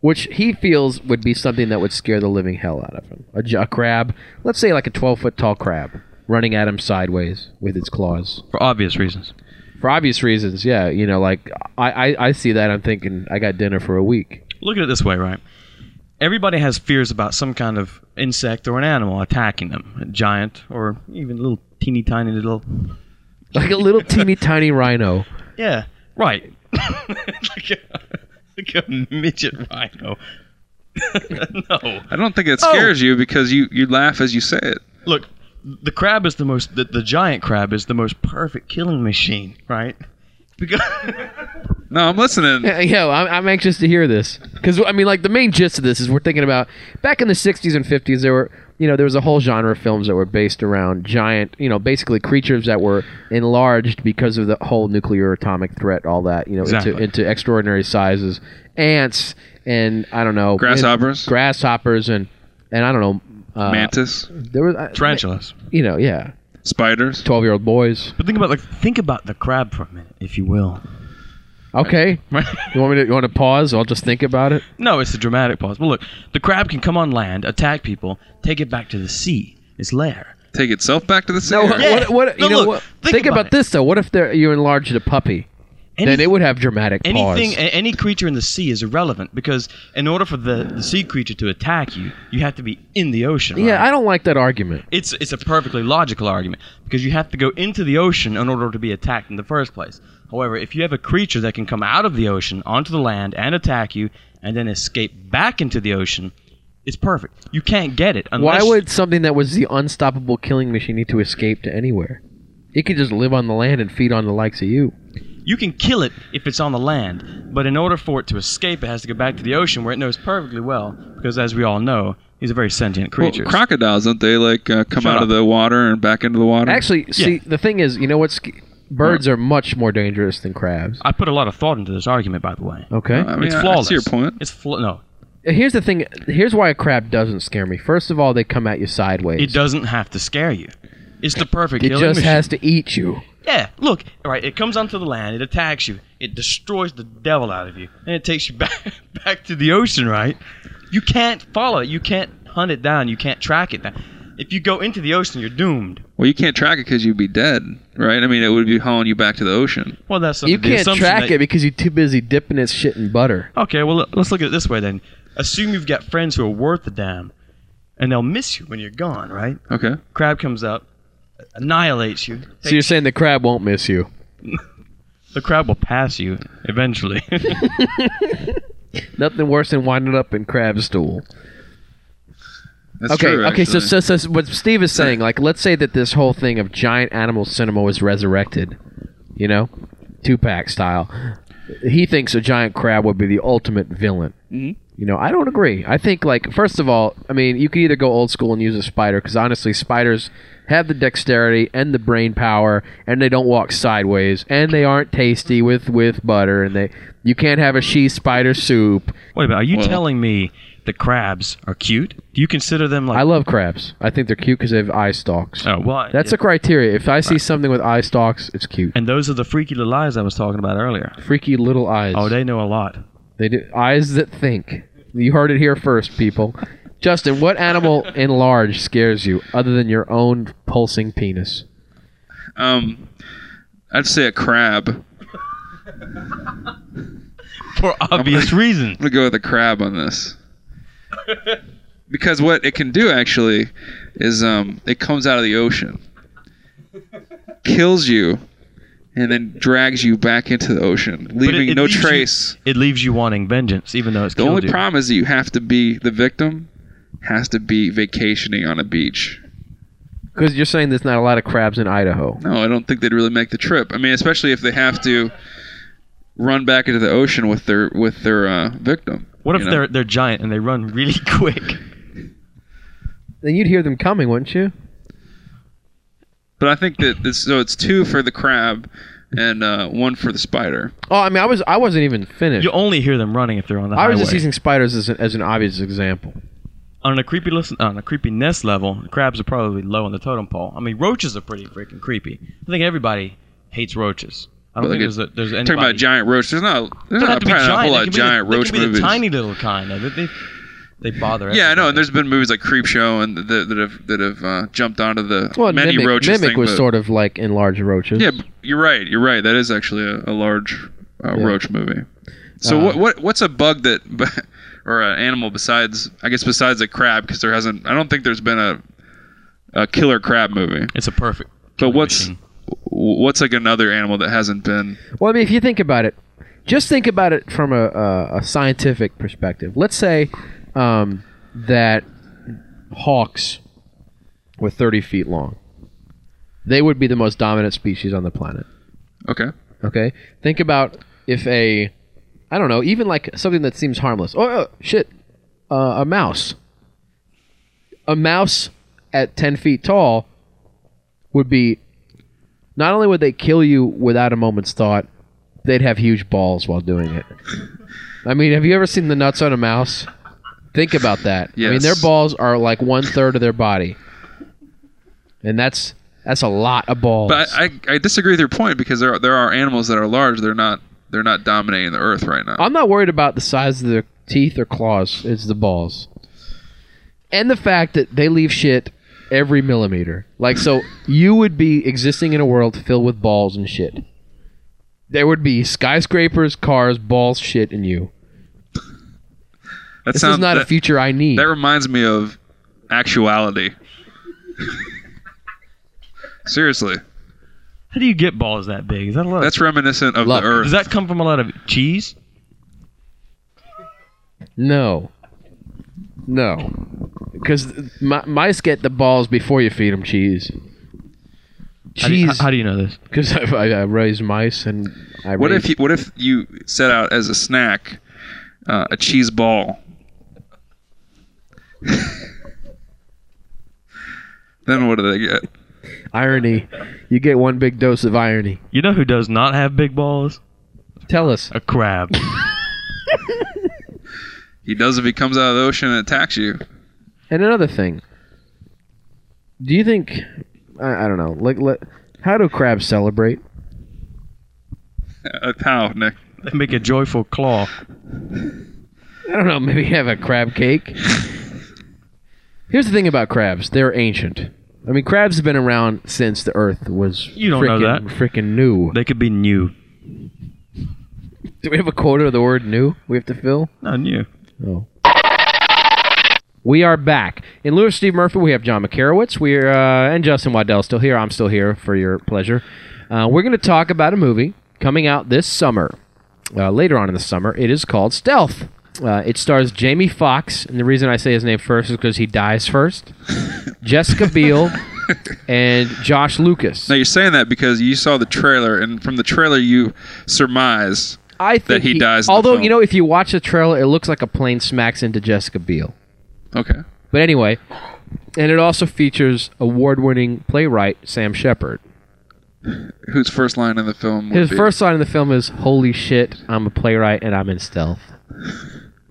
which he feels would be something that would scare the living hell out of him. A, gi- a crab, let's say like a twelve foot tall crab, running at him sideways with its claws.
For obvious reasons.
For obvious reasons, yeah. You know, like I, I, I see that. I'm thinking I got dinner for a week.
Look at it this way, right? Everybody has fears about some kind of insect or an animal attacking them, a giant or even little teeny tiny little.
Like a little teeny tiny rhino.
Yeah, right. [laughs] like, a, like a midget rhino. [laughs] no.
I don't think it
Oh!
scares you because you you laugh as you say it.
Look, the crab is the most. The, the giant crab is the most perfect killing machine, right? Because
No, I'm listening.
Yeah, Yo, I'm, I'm anxious to hear this because I mean, like the main gist of this is we're thinking about back in the '60s and '50s. There were, you know, there was a whole genre of films that were based around giant, you know, basically creatures that were enlarged because of the whole nuclear atomic threat, all that, you know,
Exactly.
into into extraordinary sizes, ants and I don't know,
Grasshoppers?
and grasshoppers, and and I don't know, [laughs] uh,
Mantis,
There was uh,
tarantulas.
you know, yeah,
spiders.
twelve-year-old boys.
[laughs] But think about like think about the crab for a minute, if you will.
Okay,
[laughs] Right?
you want me to you want to pause? I'll just think about it.
No, it's the dramatic pause. Well, look, the crab can come on land, attack people, take it back to the sea, its lair.
Take itself back to the sea.
No,
or-
what,
Yeah.
what, what- you
No,
know,
look,
what-
think
think,
about
about,
it.
this though. What if they're, you enlarged a puppy? then
Anyth-
it would have dramatic pause.
anything, a- any creature in the sea is irrelevant because in order for the, the sea creature to attack you, you have to be in the ocean.
yeah,
right?
I don't like that argument.
it's it's a perfectly logical argument because you have to go into the ocean in order to be attacked in the first place. However, if you have a creature that can come out of the ocean onto the land and attack you, and then escape back into the ocean, it's perfect. You can't get it unless
Why would something that was the unstoppable killing machine need to escape to anywhere? It could just live on the land and feed on the likes of you.
You can kill it if it's on the land, but in order for it to escape, it has to go back to the ocean where it knows perfectly well, because as we all know, he's a very sentient
Well,
creature.
crocodiles, don't they like uh, come
Shut
out
up.
of the water and back into the water?
Mm.
Actually, see, the thing is, you know what's birds are much more dangerous than crabs.
I put a lot of thought into this argument, by the way.
Okay.
I mean,
it's
I- I see
flawless.
your point.
It's fla- no,
Here's the thing. Here's why a crab doesn't scare me. First of all, they come at you sideways.
it doesn't have to scare you. It's the perfect
It
killing
just
machine.
has to eat you.
yeah, look, all right, it comes onto the land, it attacks you, it destroys the devil out of you, and it takes you [laughs] back back to the ocean, right? You can't follow it, you can't hunt it down, you can't track it down. If you go into the ocean, you're doomed.
Well, you can't track it because you'd be dead, right? I mean, it would be hauling you back to the ocean.
Well, that's
You
the
can't
assumption
track
that-
it because you're too busy dipping its shit in butter.
Okay, well, let's look at it this way then. Assume you've got friends who are worth a damn, and they'll miss you when you're gone, right?
Okay.
Crab comes up, annihilates you.
So you're saying the crab won't miss you?
The crab will pass you eventually. [laughs]
Nothing worse than winding up in crab stool.
That's
okay,
true,
okay. So,
actually.
so, so, what Steve is saying, like, let's say that this whole thing of giant animal cinema was resurrected, you know, Tupac style. He thinks a giant crab would be the ultimate villain.
Mm-hmm.
You know, I don't agree. I think, like, first of all, I mean, you could either go old school and use a spider, because honestly, spiders have the dexterity and the brain power, and they don't walk sideways, and they aren't tasty with with butter, and they you can't have a she spider soup.
Wait a minute, are you
Well-
telling me the crabs are cute? Do you consider them like.
I love crabs. I think they're cute because they have eye stalks.
oh, well.
That's
yeah.
a criteria. If I see something with eye stalks, it's cute.
And those are the freaky little eyes I was talking about earlier.
Freaky little eyes.
Oh, they know a
[laughs]
lot.
They do eyes that think. You heard it here first, people. Justin, what
[laughs]
animal in large scares you other than your own pulsing penis?
um, I'd say a crab. I'm
For [laughs] obvious reasons.
gonna go with a crab
[laughs]
on this. because what it can do actually is um, it comes out of the ocean, kills you, and then drags you back into the ocean, leaving
it
no
leaves you-
trace.
It leaves you wanting vengeance, even though it's
the
killed
only
you.
problem is that you have to be the victim has to be vacationing on a beach.
Because you're saying there's not a lot of crabs in Idaho.
No, I don't think they'd really make the trip. I mean, especially if they have to run back into the ocean with their with their uh, victim.
What if
you know?
they're they're giant and they run really [laughs] quick?
Then you'd hear them coming, wouldn't you?
But I think that this, so. It's two for the crab and uh, one for the spider.
Oh, I mean, I was I wasn't even finished.
You only hear them running if they're on the
I
highway.
was just using spiders as an, as an obvious example.
on a creepy listen, on a creepiness level, crabs are probably low on the totem pole. I mean, roaches are pretty freaking creepy. I think everybody hates roaches. I don't
Well, they
think
could-
there's a, there's
Talking
anybody.
about giant roach. There's not. There's
They don't have
not
to be
probably not a
giant.
whole lot
They can
of
be the-
giant
they
roach
can be the
movies.
tiny little kind of it. They they bother.
yeah, I know. And
everybody.
there's been movies like Creepshow and that, that have that have uh, jumped onto the
Well,
many
mimic,
roaches
mimic
thing.
was
but-
sort of like enlarged roaches.
yeah, b- you're right. You're right. That is actually a, a large uh,
Yeah.
roach movie. So
Uh,
what what what's a bug that [laughs] or an animal besides I guess besides a crab because there hasn't I don't think there's been a a killer crab movie.
it's a perfect.
But what's
machine.
what's like another animal that hasn't been
Well, I mean, if you think about it, just think about it from a, a, a scientific perspective. Let's say um, that hawks were 30 feet long. They would be the most dominant species on the planet.
okay?
Okay, think about if a, I don't know, even like something that seems harmless. Oh, oh, shit, uh, a mouse. A mouse at 10 feet tall would be. Not only would they kill you without a moment's thought, they'd have huge balls while doing
[laughs]
it. I mean, have you ever seen the nuts on a mouse? Think about that. I mean,
Yes.
their balls are like one third of their body, and that's that's a lot of balls.
But I, I, I disagree with your point because there are, there are animals that are large. They're not they're not dominating the earth right now.
I'm not worried about the size of their teeth or claws. It's the balls. And the fact that they leave shit every millimeter. Like, so [laughs] you would be existing in a world filled with balls and shit. There would be skyscrapers, cars, balls, shit, and you.
that
This
sounds
is not
that,
a future I need.
that reminds me of actuality. [laughs] Seriously,
how do you get balls that big? Is that a lot? of-
that's reminiscent of
Love.
the earth.
does that come from a lot of cheese?
No. No. Because mice get the balls before you feed them cheese.
How do you-
Cheese.
how do you know this?
Because [laughs] I, I, I raised mice and I
what
raised
if you, what if you set out as a snack uh, a cheese ball? [laughs] then what do they get?
irony. You get one big dose of irony.
You know who does not have big balls?
Tell us.
A crab.
[laughs] He does if he comes out of the ocean and attacks you. [laughs]
And another thing. Do you think I, I don't know, like let, how do crabs celebrate?
Uh, how, Nick?
they make a joyful claw.
I don't know, maybe have a crab cake. Here's the thing about crabs, they're ancient. I mean, crabs have been around since the earth was
You don't know
frickin-
that.
frickin' new.
They could be new.
Do we have a quota of the word new we have to fill?
Not new.
Oh. We are back. In lieu of Steve Murphy, we have John McCarowitz. We're uh, and Justin Waddell still here. I'm still here for your pleasure. Uh, we're going to talk about a movie coming out this summer. Uh, later on in the summer, it is called Stealth. Uh, it stars Jamie Foxx, and the reason I say his name first is because he dies
[laughs]
first. Jessica Biel and Josh Lucas.
Now you're saying that because you saw the trailer, and from the trailer you surmise
I think
he dies in the
Although
film.
you know, if you watch the trailer, it looks like a plane smacks into Jessica Biel.
Okay.
But anyway, and it also features award-winning playwright Sam Shepard.
Whose first line in the film? Would
His
be,
first line in the film is "Holy shit, I'm a playwright and I'm in stealth."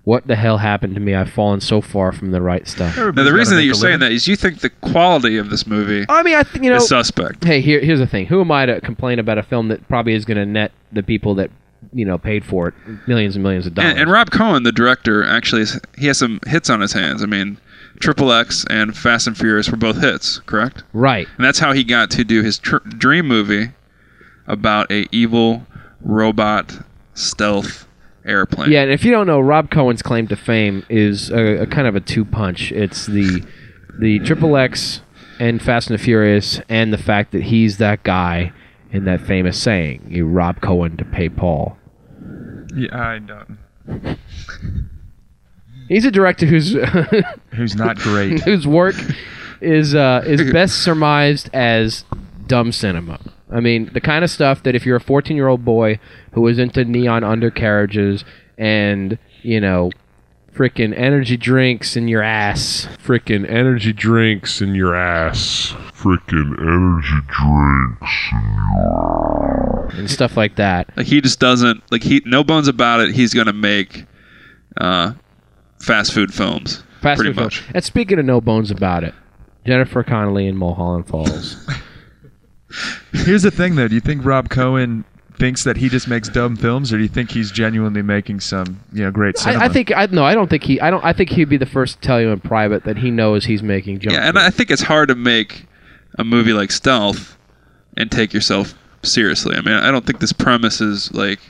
What the hell happened to me? I've fallen so far from the right stuff.
Now the reason that you're saying that is you think the quality of this movie
I mean, I think you know.
is suspect.
hey, here, here's the thing. Who am I to complain about a film that probably is going to net the people that you know paid for it millions and millions of dollars?
And, and Rob Cohen, the director, actually is, he has some hits on his hands. I mean, Triple X and Fast and Furious were both hits, correct?
right.
And that's how he got to do his tr- dream movie about a evil robot stealth airplane.
Yeah, and if you don't know, Rob Cohen's claim to fame is a, a kind of a two punch. It's the the Triple X and Fast and the Furious, and the fact that he's that guy in that famous saying, "You rob Cohen to pay Paul."
Yeah, I don't.
He's a director who's
Who's not great?
[laughs] whose work is uh,
[laughs]
is best surmised as dumb cinema. I mean, the kind of stuff that if you're a 14 year old boy who is into neon undercarriages and you know, freaking energy drinks in your ass, freaking energy drinks in your ass,
Freaking energy drinks.
and stuff like that.
Like he just doesn't like he no bones about it. He's gonna make uh, fast food films.
Fast
pretty
food film.
much.
And speaking of no bones about it, Jennifer Connelly in Mulholland Falls.
Here's the thing, though. Do you think Rob Cohen thinks that he just makes dumb films, or do you think he's genuinely making some, you know, great cinema?
I, I think I no, I don't think he. I don't. I think he'd be the first to tell you in private that he knows he's making junk.
Yeah, and I think it's hard to make a movie like Stealth and take yourself seriously. I mean, I don't think this premise is like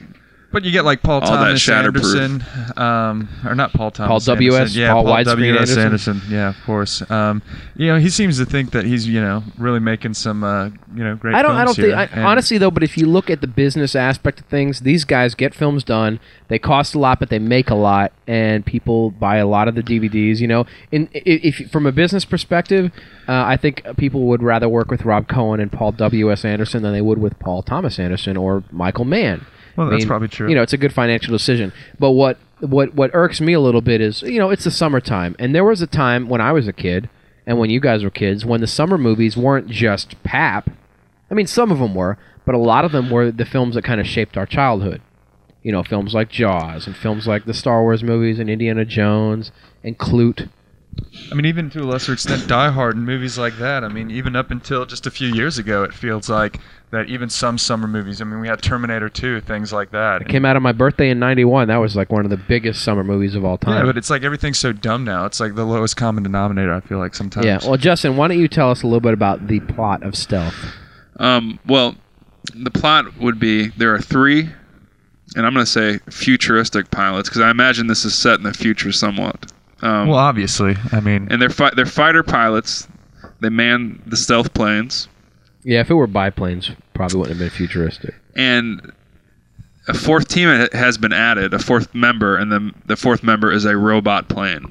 But you get like Paul
All that
Thomas
shatterproof.
Anderson, um, or not Paul Thomas.
W.S.,
Anderson. Yeah,
Paul
Paul,
Widescreen
W.S. Anderson.
Anderson.
Yeah, of course. Um, you know, he seems to think that he's you know really making some uh, you know great.
I don't. I don't
films
think.
here.
I,
And-
honestly, though, but if you look at the business aspect of things, these guys get films done. They cost a lot, but they make a lot, and people buy a lot of the DVDs. You know, in i- if from a business perspective, uh, I think people would rather work with Rob Cohen and Paul W. S. Anderson than they would with Paul Thomas Anderson or Michael Mann.
Well,
I
Oh, that's
mean,
probably true.
You know, it's a good financial decision. But what what what irks me a little bit is, you know, it's the summertime, and there was a time when I was a kid, and when you guys were kids, when the summer movies weren't just pap. I mean, some of them were, but a lot of them were the films that kind of shaped our childhood. You know, films like Jaws and films like the Star Wars movies and Indiana Jones and Clute.
I mean, even to a lesser extent, Die Hard and movies like that. I mean, even up until just a few years ago, it feels like that even some summer movies. I mean, we had Terminator 2, things like that.
Came out on my birthday in '91. That was like one of the biggest summer movies of all time.
yeah, but it's like everything's so dumb now. It's like the lowest common denominator. I feel like sometimes.
Yeah, well, Justin, why don't you tell us a little bit about the plot of Stealth?
Um, well, the plot would be there are three, and I'm going to say futuristic pilots because I imagine this is set in the future somewhat. Um,
Well, obviously, I mean, [laughs]
and they're fi- they're fighter pilots. They man the stealth planes,
Yeah, if it were biplanes, probably wouldn't have been futuristic.
and a fourth team ha- has been added, a fourth member, and then the fourth member is a robot plane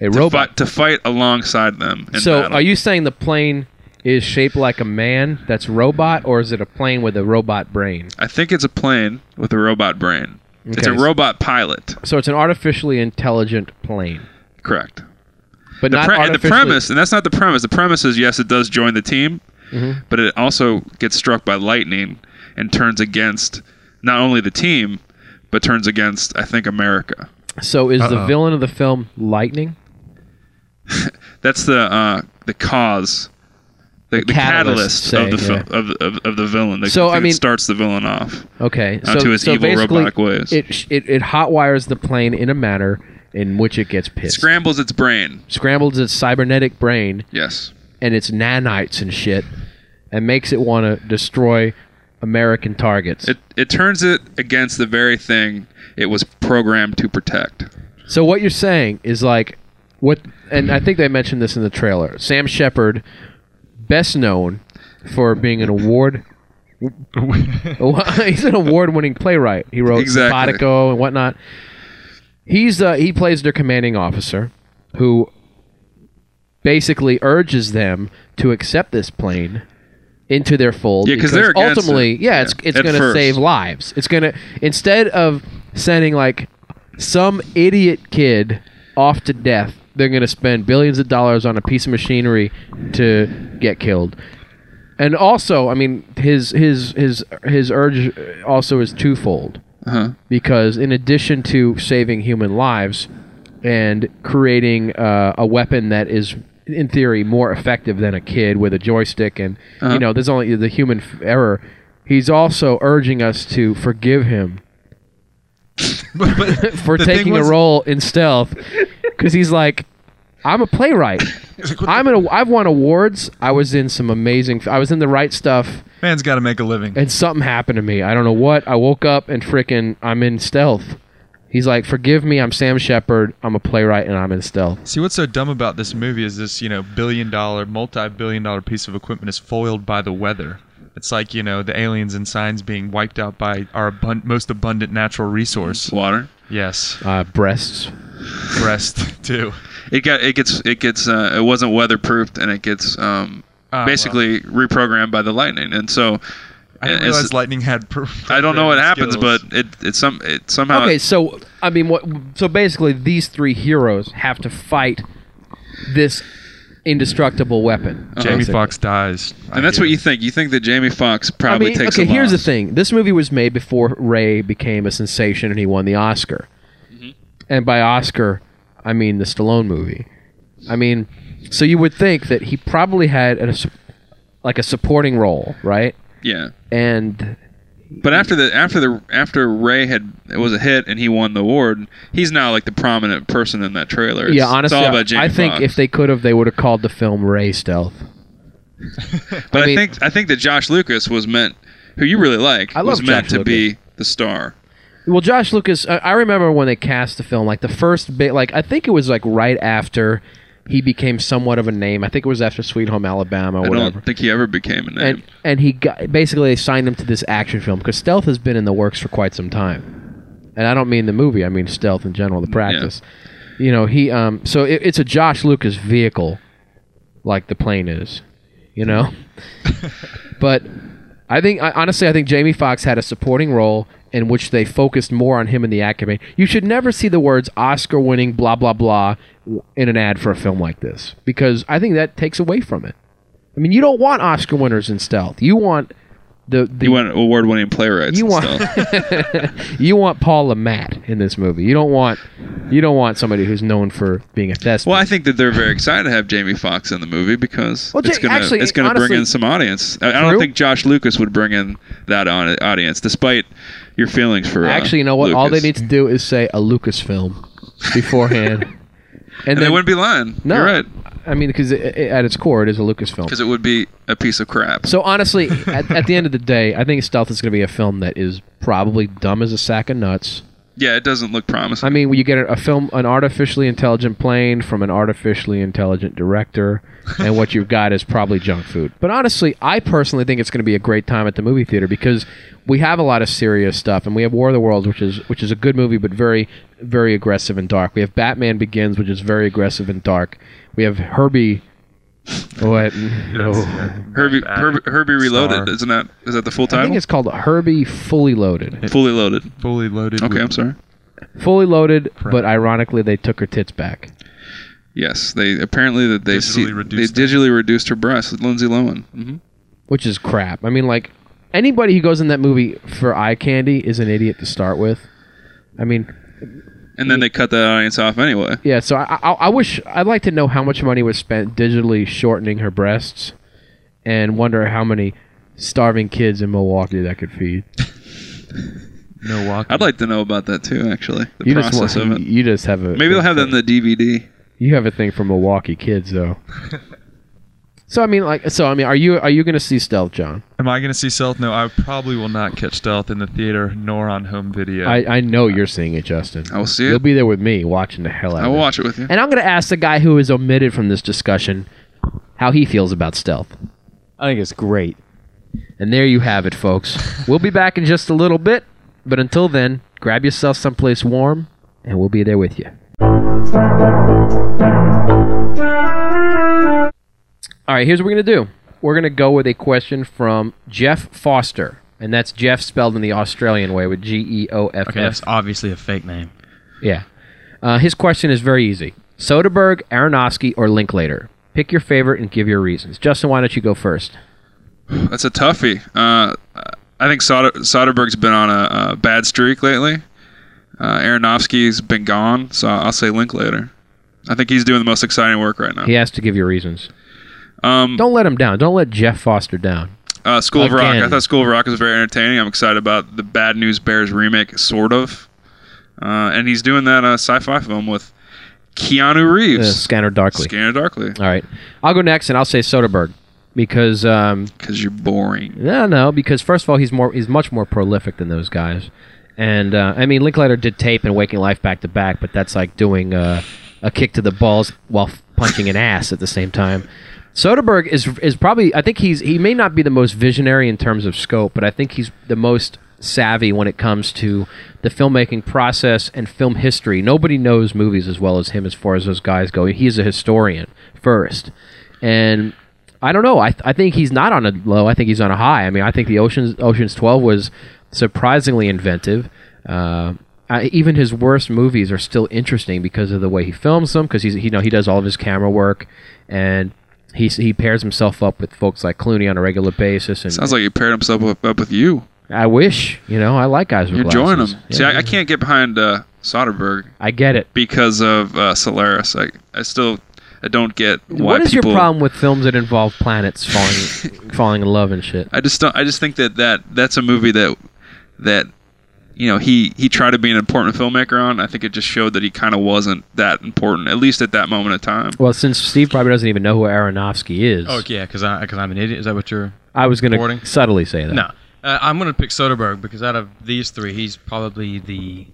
A
to,
robot.
fight to fight alongside them. In
So,
battle.
are you saying the plane is shaped like a man that's robot, or is it a plane with a robot brain?
I think it's a plane with a robot brain. It's
Okay.
a robot pilot,
So it's an artificially intelligent plane,
correct?
but
the,
not
pre- and the
artificially.
premise, and that's not the premise. The premise is yes, it does join the team,
Mm-hmm.
but it also gets struck by lightning and turns against not only the team, but turns against I think America.
So is the villain of the film lightning?
That's the uh, the cause, the, the,
catalyst,
catalyst,
say,
of the fil-
yeah.
of, of, of the villain. The
So,
thing
I
that
mean-
starts the villain off.
Okay, so,
Onto his
so
evil
basically,
robotic ways.
it sh- it it hotwires the plane in a manner in which it gets pissed,
Scrambles its brain.
scrambles its cybernetic brain,
Yes.
and its nanites and shit, and makes it want to destroy American targets.
It it turns it against the very thing it was programmed to protect.
So what you're saying is like what, and I think they mentioned this in the trailer. Sam Shepard, best known for being an award. [laughs] he's an award-winning playwright. He wrote
Exactly.
Simpatico and whatnot. He's uh, he plays their commanding officer, who basically urges them to accept this plane into their fold.
Yeah, 'cause they're against
ultimately,
it.
yeah, it's
Yeah,
it's
at
going to
first.
save lives. It's going to instead of sending like some idiot kid off to death, they're going to spend billions of dollars on a piece of machinery to get killed. And also, I mean, his his his his urge also is twofold
Uh-huh.
because in addition to saving human lives and creating uh, a weapon that is in theory more effective than a kid with a joystick and
Uh-huh.
you know there's only the human f- error he's also urging us to forgive him [laughs] for
The thing
taking
was-
a role in stealth because he's like i'm a playwright i'm an i've won awards i was in some amazing f- i was in the right stuff
[laughs] man's got to make a living.
and something happened to me. I don't know what. I woke up and freaking I'm in stealth. He's like, "Forgive me, I'm Sam Shepard. I'm a playwright and I'm in stealth."
See, what's so dumb about this movie is this, you know, billion dollar, multi billion dollar piece of equipment is foiled by the weather. It's like, you know, the aliens and signs being wiped out by our abun- most abundant natural resource.
Water.
Yes,
Uh, breasts.
[laughs]
breast, too.
it got it gets it gets uh, it wasn't weatherproofed and it gets um,
Ah, well.
basically reprogrammed by the lightning. And so
I didn't
as-
realize lightning had. [laughs] Per-
I don't know what happens,
skills.
but it it some it somehow
Okay, so I mean, what? So basically, these three heroes have to fight this indestructible weapon.
Jamie
basically.
Foxx dies, I
and that's what
hear.
you think. You think that Jamie Foxx
I
probably
mean,
takes
okay.
a
Here's the
loss.
thing: this movie was made before Ray became a sensation and he won the Oscar.
Mm-hmm.
And by Oscar, I mean the Stallone movie. I mean, so you would think that he probably had a, su- like a supporting role, right?
Yeah.
And
But after the after the after Ray had it was a hit and he won the award, he's now like the prominent person in that trailer. It's,
yeah, honestly,
it's all
I-
about Jamie
I think
Foxx.
if they could have, they would have called the film Ray Stealth.
but
I
I,
mean-
think I think that Josh Lucas was meant, who you really like,
I love
was meant
Josh
to be the star.
Well, Josh Lucas, I, I remember when they cast the film, like the first bit, like I think it was like right after he became somewhat of a name. I think it was after Sweet Home Alabama or
I
whatever.
don't think he ever became a name.
And and he got basically they signed him to this action film because Stealth has been in the works for quite some time, and I don't mean the movie, I mean Stealth in general, the practice. You know, he um, so it, it's a Josh Lucas vehicle, like the plane is, you know. but I think I, honestly, I think Jamie Foxx had a supporting role in which they focused more on him and the acting. You should never see the words Oscar-winning blah blah blah in an ad for a film like this because I think that takes away from it. I mean, you don't want Oscar winners in stealth. You want the, the
you want award-winning playwrights.
you
and
want- [laughs]
stuff.
you want Paul LaMatt in this movie. You don't want you don't want somebody who's known for being a thespian.
Well, I think that they're very excited to have Jamie Foxx in the movie because
Well,
it's
Ja-
gonna
actually,
it's gonna
honestly-
bring in some audience. I, I don't
True.
think Josh Lucas would bring in that on, audience, despite your feelings for. Uh,
Actually, you know what? All they
Lucas.
need to do is say a Lucasfilm
[laughs]
beforehand, and,
and they wouldn't be lying.
No.
You're right,
I mean, because at its core, it is a Lucasfilm.
because it would be a piece of crap.
So honestly, at, at the end of the day, I think Stealth is going to be a film that is probably dumb as a sack of nuts.
Yeah, it doesn't look promising.
I mean, you get a, a film, an artificially intelligent plane from an artificially intelligent director, and what you've got is probably junk food. But honestly, I personally think it's going to be a great time at the movie theater because we have a lot of serious stuff, and we have War of the Worlds, which is which is a good movie, but very very aggressive and dark. We have Batman Begins, which is very aggressive and dark. We have Herbie. What? No.
Herbie, Herbie, Herbie Reloaded,
Star.
isn't that? Is that the full
I think
title?
it's called Herbie Fully Loaded.
Fully Loaded.
fully loaded.
Okay,
with-
Mm-hmm.
I'm sorry.
Fully loaded, but ironically, they took her tits back.
Yes, they apparently that they
Digitally
see,
reduced
they digitally reduced her breasts. Lindsay Lohan. hmm
which is crap. I mean, like anybody who goes in that movie for eye candy is an idiot to start with. I mean,
And then they cut that audience off anyway.
yeah. So I, I, I wish I'd like to know how much money was spent digitally shortening her breasts, and wonder how many starving kids in Milwaukee that could feed.
Milwaukee.
I'd like to know about that too, actually. The
You just
process
want,
of it.
you just have a
Maybe they'll have that in the DVD.
You have a thing for Milwaukee kids
[laughs]
though. so I mean, like, so I mean, are you are you gonna see Stealth, John?
Am I going to see Stealth? No, I probably will not catch Stealth in the theater nor on home video.
I, I know you're seeing it, Justin.
I will see
You'll
it.
be there with me watching the hell out
I
of
will
it.
watch it with
Mm-hmm.
you.
And I'm going to ask the guy who is omitted from this discussion how he feels about stealth.
I think it's great.
And there you have
[laughs]
it, folks. we'll be back in just a little bit, but until then, grab yourself someplace warm, and we'll be there with you. All right, here's what we're going to do we're going to go with a question from Jeff Foster. And that's Jeff spelled in the Australian way with G E O F
Okay,
F.
that's obviously a fake name.
Yeah. Uh, his question is very easy. Soderbergh, Aronofsky, or Linklater? Pick your favorite and give your reasons. Justin, why don't you go first?
That's a toughie. Uh, I think Soder- Soderbergh's been on a, a bad streak lately. Uh, Aronofsky's been gone, so I'll say Linklater. I think he's doing the most exciting work right now.
He has to give you reasons.
Um,
Don't let him down. Don't let Jeff Foster down.
uh, School of Rock.
Again.
I thought School of Rock was very entertaining. I'm excited about the Bad News Bears remake, sort of. Uh, and he's doing that uh, sci-fi film with Keanu
Uh,
Reeves.
Scanner darkly.
Scanner Darkly,
All right. I'll go next, and I'll say Soderbergh because um,
because you're boring.
No, no, because first of all, he's more he's much more prolific than those guys, and uh, I mean Linklater did tape and Waking Life back to back, but that's like doing uh, a kick to the balls while f- punching an ass at the same time. Soderbergh is is probably I think he's he may not be the most visionary in terms of scope, but I think he's the most
savvy when it comes to the filmmaking process and film history. Nobody knows movies as well as him as far as those guys go. He's a historian first. And I don't know. I, th- I think he's not on a low. I think he's on a high. I mean, I think the Ocean's Ocean's Twelve was surprisingly inventive. Uh, I, even his worst movies are still interesting because of the way he films them. Because he's you know he does all of his camera work, and he he pairs himself up with folks like Clooney on a regular basis. And
Sounds like he paired himself up, up with you.
I wish you know I like guys with
You're enjoying
glasses.
him. See, I, I can't get behind uh, Soderbergh
I get it.
because of uh, Solaris. I, I still I don't get why
what is
people,
your problem with films that involve
[laughs]
planets falling falling in love and shit?
I just don't. I just think that, that that's a movie that that you know he he tried to be an important filmmaker on. I think it just showed that he kind of wasn't that important, at least at that moment of time.
Well, since Steve probably doesn't even know who Aronofsky is,
Oh yeah, because I because I'm an idiot. Is that what you're?
I was going
Boarding?
to subtly say that.
No, uh, I'm gonna pick Soderbergh because out of these three, he's probably the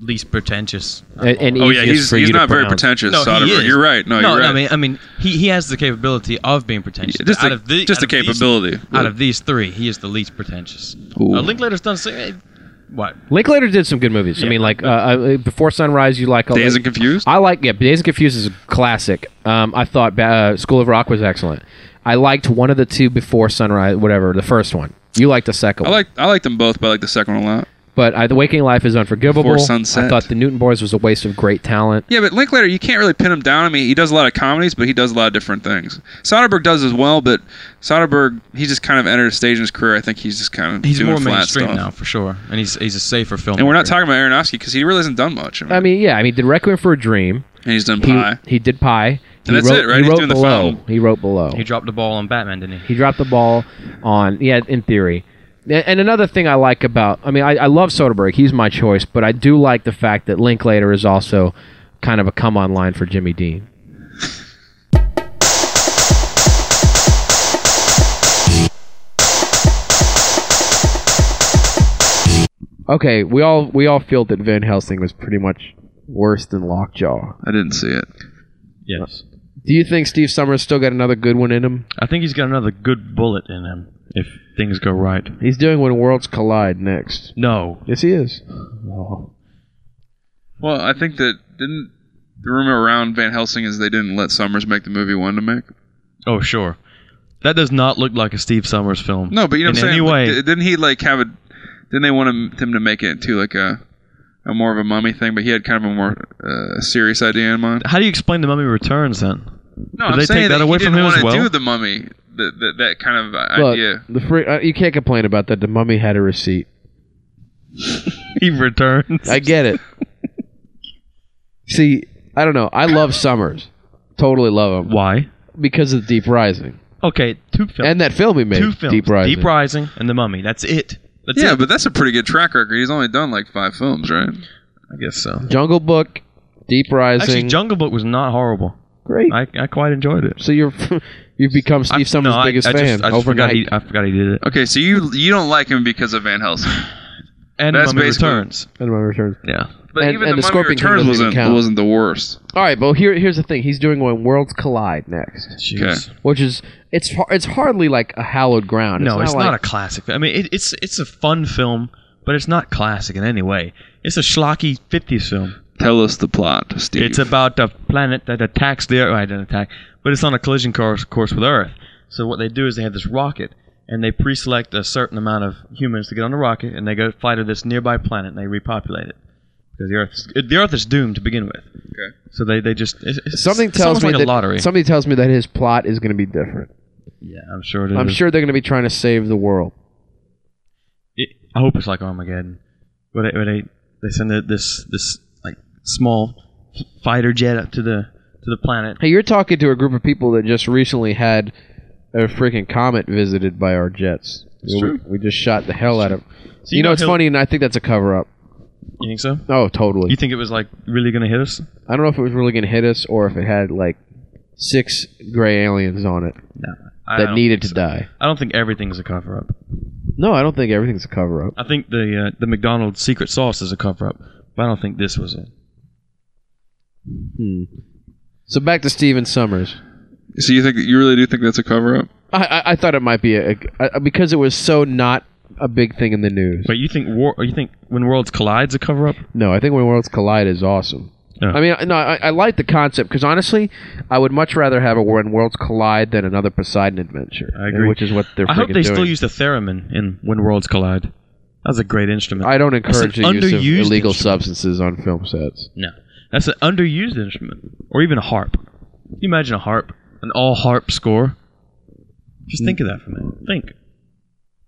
least pretentious.
And, and
Oh yeah,
easiest
he's
for
he's
you to
not very
pronounce.
pretentious.
No,
Soderbergh.
he is.
You're right. No, you're right.
I mean, I mean, he, he has the capability of being pretentious.
Yeah, just
out
the-
of the,
just
out
the
of these-
capability.
out of these three, he is the least pretentious.
Ooh.
Uh, Linklater's done. Some, eh, what?
Linklater did some good movies. I mean, like uh, uh, Before Sunrise, you like.
Days and Confused?
I like yeah. Days and Confused is a classic. Um, I thought uh, School of Rock was excellent. I liked one of the two Before Sunrise, whatever the first one. You liked the second
I
one.
like I like them both, but I like the second one a lot.
but I, the Waking Life is unforgivable.
Before Sunset.
I thought the Newton Boys was a waste of great talent.
Yeah, but Linklater, you can't really pin him down. I mean, he does a lot of comedies, but he does a lot of different things. Soderbergh does as well, but Soderbergh, he just kind of entered a stage in his career. I think he's just kind of
He's
doing
more
flat
mainstream
stuff.
now for sure, and he's he's a safer filmmaker.
Oh. And we're not talking about Aronofsky because he really hasn't done much. I mean,
Um,
I mean, yeah. I mean, he did Requiem for a Dream.
and he's done
He
Pie.
he did Pie. He
And that's
wrote,
it, right?
He
He's
wrote
doing the
below.
film.
he wrote below.
He dropped the ball on Batman, didn't he?
He dropped the ball on, yeah, in theory. A- And another thing I like about, I mean, I, I love Soderbergh. He's my choice, but I do like the fact that Linklater is also kind of a come on line for Jimmy Dean.
Okay, we all we all feel that Van Helsing was pretty much worse than Lockjaw.
I didn't see it.
Yes.
Do you think Steve Summers still got another good one in him?
I think he's got another good bullet in him if things go right.
He's doing when worlds collide next.
No.
Yes, he is.
Oh.
Well, I think that didn't the rumor around Van Helsing is they didn't let Summers make the movie he wanted to make.
Oh, sure. That does not look like a Steve Summers film.
No, but you know
in
what I'm saying.
Any
Like,
way,
di- didn't he like have a? Didn't they want him, him to make it into like a, a more of a mummy thing? But he had kind of a more uh, serious idea in mind.
how do you explain the Mummy Returns then?
No,
Did
I'm
they
saying
take that
he
away
didn't
from him
wanna
as well?
do the mummy, th th- that kind of uh,
Look,
idea.
the free, uh, you can't complain about that. The mummy had a receipt.
[laughs] He returns.
I get
[laughs]
it. See, I don't know. I love Summers. Totally love him
Why?
because of Deep Rising
Okay, two films.
and that film he made.
two films.
Deep Rising.
and The Mummy. That's it. That's
Yeah,
it.
but that's a pretty good track record. He's only done like five films, right?
I guess so.
Jungle Book, Deep Rising.
Actually, Jungle Book was not horrible.
Great.
I, I quite enjoyed it.
so you're [laughs] you've become Steve
I-
Summers'
no, I-
biggest
I, just-
fan
I just forgot
overnight.
he, I forgot he did it.
Okay, so you you don't like him because of Van Helsing, [laughs]
And
That's
Mummy
basically-
Returns.
And my returns.
Yeah.
but
And-
even
and the
the, Mummy
Scorpion King
Returns
doesn't
wasn't
count.
wasn't the worst.
All right, well here here's the thing. He's doing when worlds collide next,
Jeez.
which is it's har- it's hardly like a hallowed ground.
No, it's not
like-
a classic. I mean, it, it's it's a fun film, but it's not classic in any way. It's a schlocky '50s film.
Tell us the plot, Steve.
It's about a planet that attacks the Earth. Well, it didn't attack, but it's on a collision course, course with Earth. So what they do is they have this rocket, and they pre-select a certain amount of humans to get on the rocket, and they go fly to this nearby planet, and they repopulate it because the Earth is, the Earth is doomed to begin with. Okay. So they, they just it's, it's,
Something
it's
tells
almost
me
like
that
a lottery.
something tells me that his plot is going to be different.
yeah, I'm sure it is.
I'm sure they're going to be trying to save the world.
it, I hope it's like Armageddon, where they, where they, they send the, this this like small fighter jet up to the to the planet.
Hey, you're talking to a group of people that just recently had a freaking comet visited by our jets. we,
true.
we just shot the hell out of.
So
you know,
know
it's
he'll-
funny, and I think that's a cover up.
You think so?
Oh, totally.
You think it was like really gonna hit us?
I don't know if it was really going to hit us or if it had like six gray aliens on it
No.
that needed to die.
I don't think everything's a cover up.
No, I don't think everything's a cover up.
I think the uh, the McDonald's secret sauce is a cover up, but I don't think this was it.
So back to Steven Summers.
so you think you really do think that's a cover up?
I, I, I thought it might be a, a- because it was so not a big thing in the news.
But you think war? You think when worlds collide's a cover up?
No, I think when worlds collide is awesome.
Yeah.
I mean, no, I, I like the concept because honestly, I would much rather have a when worlds collide than another Poseidon adventure.
I agree.
Which is what they're.
I hope
freaking
they
doing.
still use the theremin in When Worlds Collide. That was a great instrument.
I don't encourage
an
the use of
underused
illegal
instrument.
substances on film sets.
no, that's an underused instrument, or even a harp. Can you imagine a harp, an all harp score? Just think of that for a minute. Think.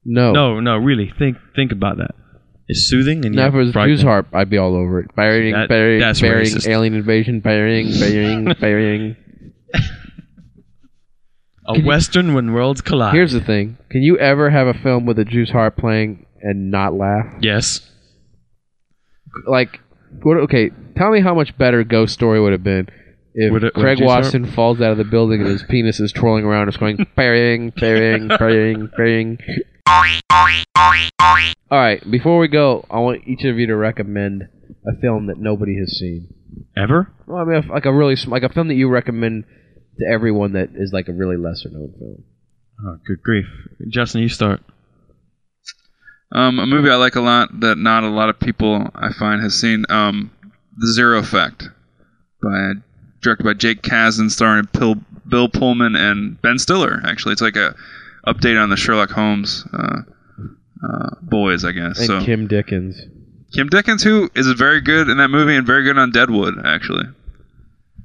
No,
No, no, really. Think, think about that. It's soothing and
Now,
yet
if it was
frightening.
Jews harp, I'd be all over it. Burying,
That-
burying,
that's
burying,
racist.
alien invasion, burying,
[laughs]
burying, burying.
A western when worlds collide.
Here's the thing: Can you ever have a film with a Jews harp playing and not laugh?
yes.
Like, what? Okay, tell me how much better Ghost Story would have been if
Would it- would
Craig
Jews harp?
Watson falls out of the building and his penis is twirling around, just going burying, burying, burying, burying. All right, before we go, I want each of you to recommend a film that nobody has seen.
Ever?
Well, I mean, if- like a really sm- like a film that you recommend to everyone that is like a really lesser known film.
Oh, good grief, Justin, you start. [laughs]
Um, a movie I like a lot that not a lot of people I find has seen. Um, the Zero Effect, by directed by Jake Kazan, starring Pil- Bill Pullman and Ben Stiller. Actually, it's like a update on the Sherlock Holmes uh, uh, boys, I guess.
And
so
Kim Dickens.
Kim Dickens, who is very good in that movie and very good on Deadwood, actually.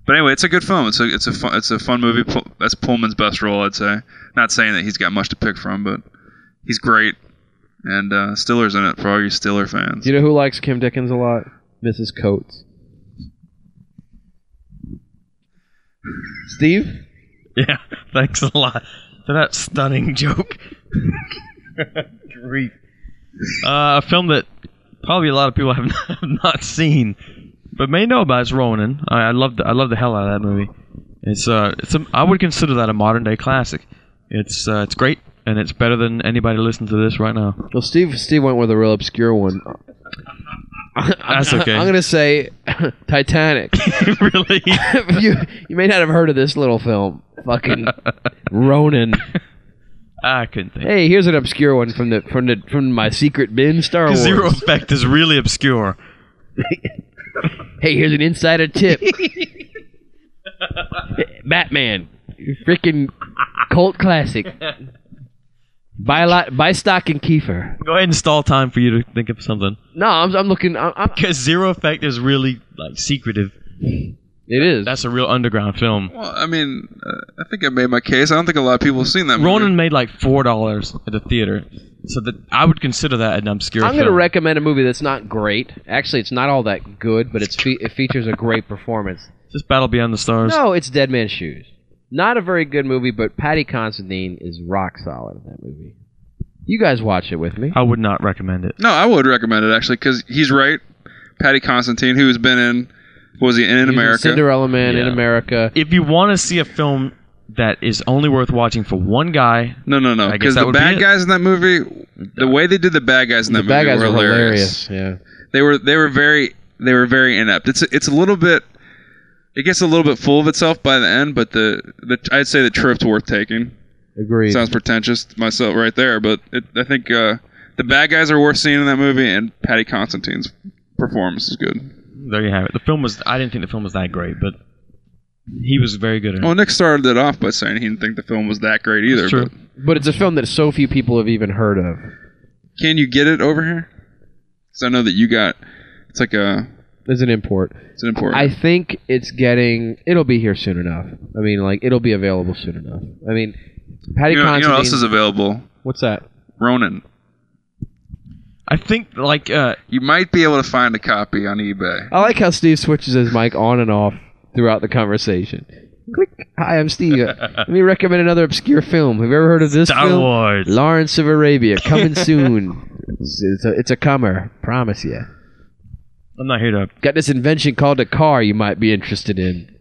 But anyway, it's a good film. It's a it's a fun, it's a fun movie. Pull, that's Pullman's best role, I'd say. Not saying that he's got much to pick from, but he's great. And uh, Stiller's in it for all you Stiller fans.
Do you know who likes Kim Dickens a lot? Mrs. Coates. Steve,
Yeah, thanks a lot for that
[laughs]
stunning joke. Grief. Uh, a film that probably a lot of people have [laughs] not, have not seen, but may know about is Ronin. I, I love the, I love the hell out of that movie. It's uh, it's a, I would consider that a modern day classic. It's uh, it's great and it's better than anybody listening to this right now.
well, Steve, Steve went with a real obscure one.
That's okay.
I'm gonna say [coughs]
[laughs]
Titanic.
really.
you you may not have heard of this little film. Fucking
[laughs]
Ronin.
I couldn't think.
Hey, here's an obscure one from the from the from my secret bin Star Wars.
Zero Effect is really obscure.
Hey, here's an insider [laughs] tip. Batman, freaking cult classic. Buy a lot, buy stock in Kiefer.
Go ahead and stall time for you to think of something.
No, I'm, I'm looking. I'm, I'm,
Because Zero Effect is really like secretive.
it is.
That's a real underground film.
Well, I mean, uh, I think I made my case. I don't think a lot of people have seen that movie.
Ronan made like four dollars at the theater, so that I would consider that an obscure.
I'm going to
film.
recommend a movie that's not great. Actually, it's not all that good, but it's fe- it features a great performance.
this Battle Beyond the Stars.
No, it's Dead Man's Shoes. Not a very good movie, but Patty Considine is rock solid in that movie. You guys watch it with me.
I would not recommend it.
No, I would recommend it actually because he's right. Patty Constantine, who's been in, what was he in, in
He's in
America?
Cinderella Man in
Yeah.
America.
If you want to see a film that is only worth watching for one guy,
no, no, no.
I guess
Because
that
the
would be
bad
it.
guys in that movie, the way they did the bad guys in that
The bad
movie
guys
were
are
hilarious.
hilarious. Yeah.
they were they were very they were very inept. It's it's a little bit it gets a little bit full of itself by the end, but the the I'd say the trip's worth taking.
Agreed.
Sounds pretentious to myself right there, but it, I think uh, the bad guys are worth seeing in that movie, and Patty Constantine's performance is good.
there you have it. The film was. I didn't think the film was that great, but he was very good. In it.
Well, Nick started it off by saying he didn't think the film was that great either.
true.
But
but it's a film that so few people have even heard of.
can you get it over here? Because I know that you got it's like a
It's an import.
it's an important.
I think it's getting. It'll be here soon enough. I mean, like it'll be available soon enough. I mean, Patty
you know, you know
Considine.
what else is available?
what's that?
Ronin.
I think like uh,
You might be able to find a copy on eBay.
I like how Steve switches his mic on and off throughout the conversation. Click. Hi, I'm
[laughs]
Steve. Let me recommend another obscure film. Have you ever heard of this
Star
film?
Wars.
Lawrence of Arabia, coming soon. It's, it's a, it's a comer, promise you.
I'm not here to.
Got this invention called a car you might be interested in.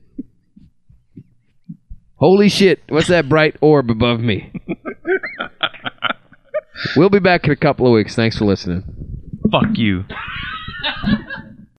Holy shit, what's that bright orb above me? we'll be back in a couple of weeks. Thanks for listening.
Fuck you.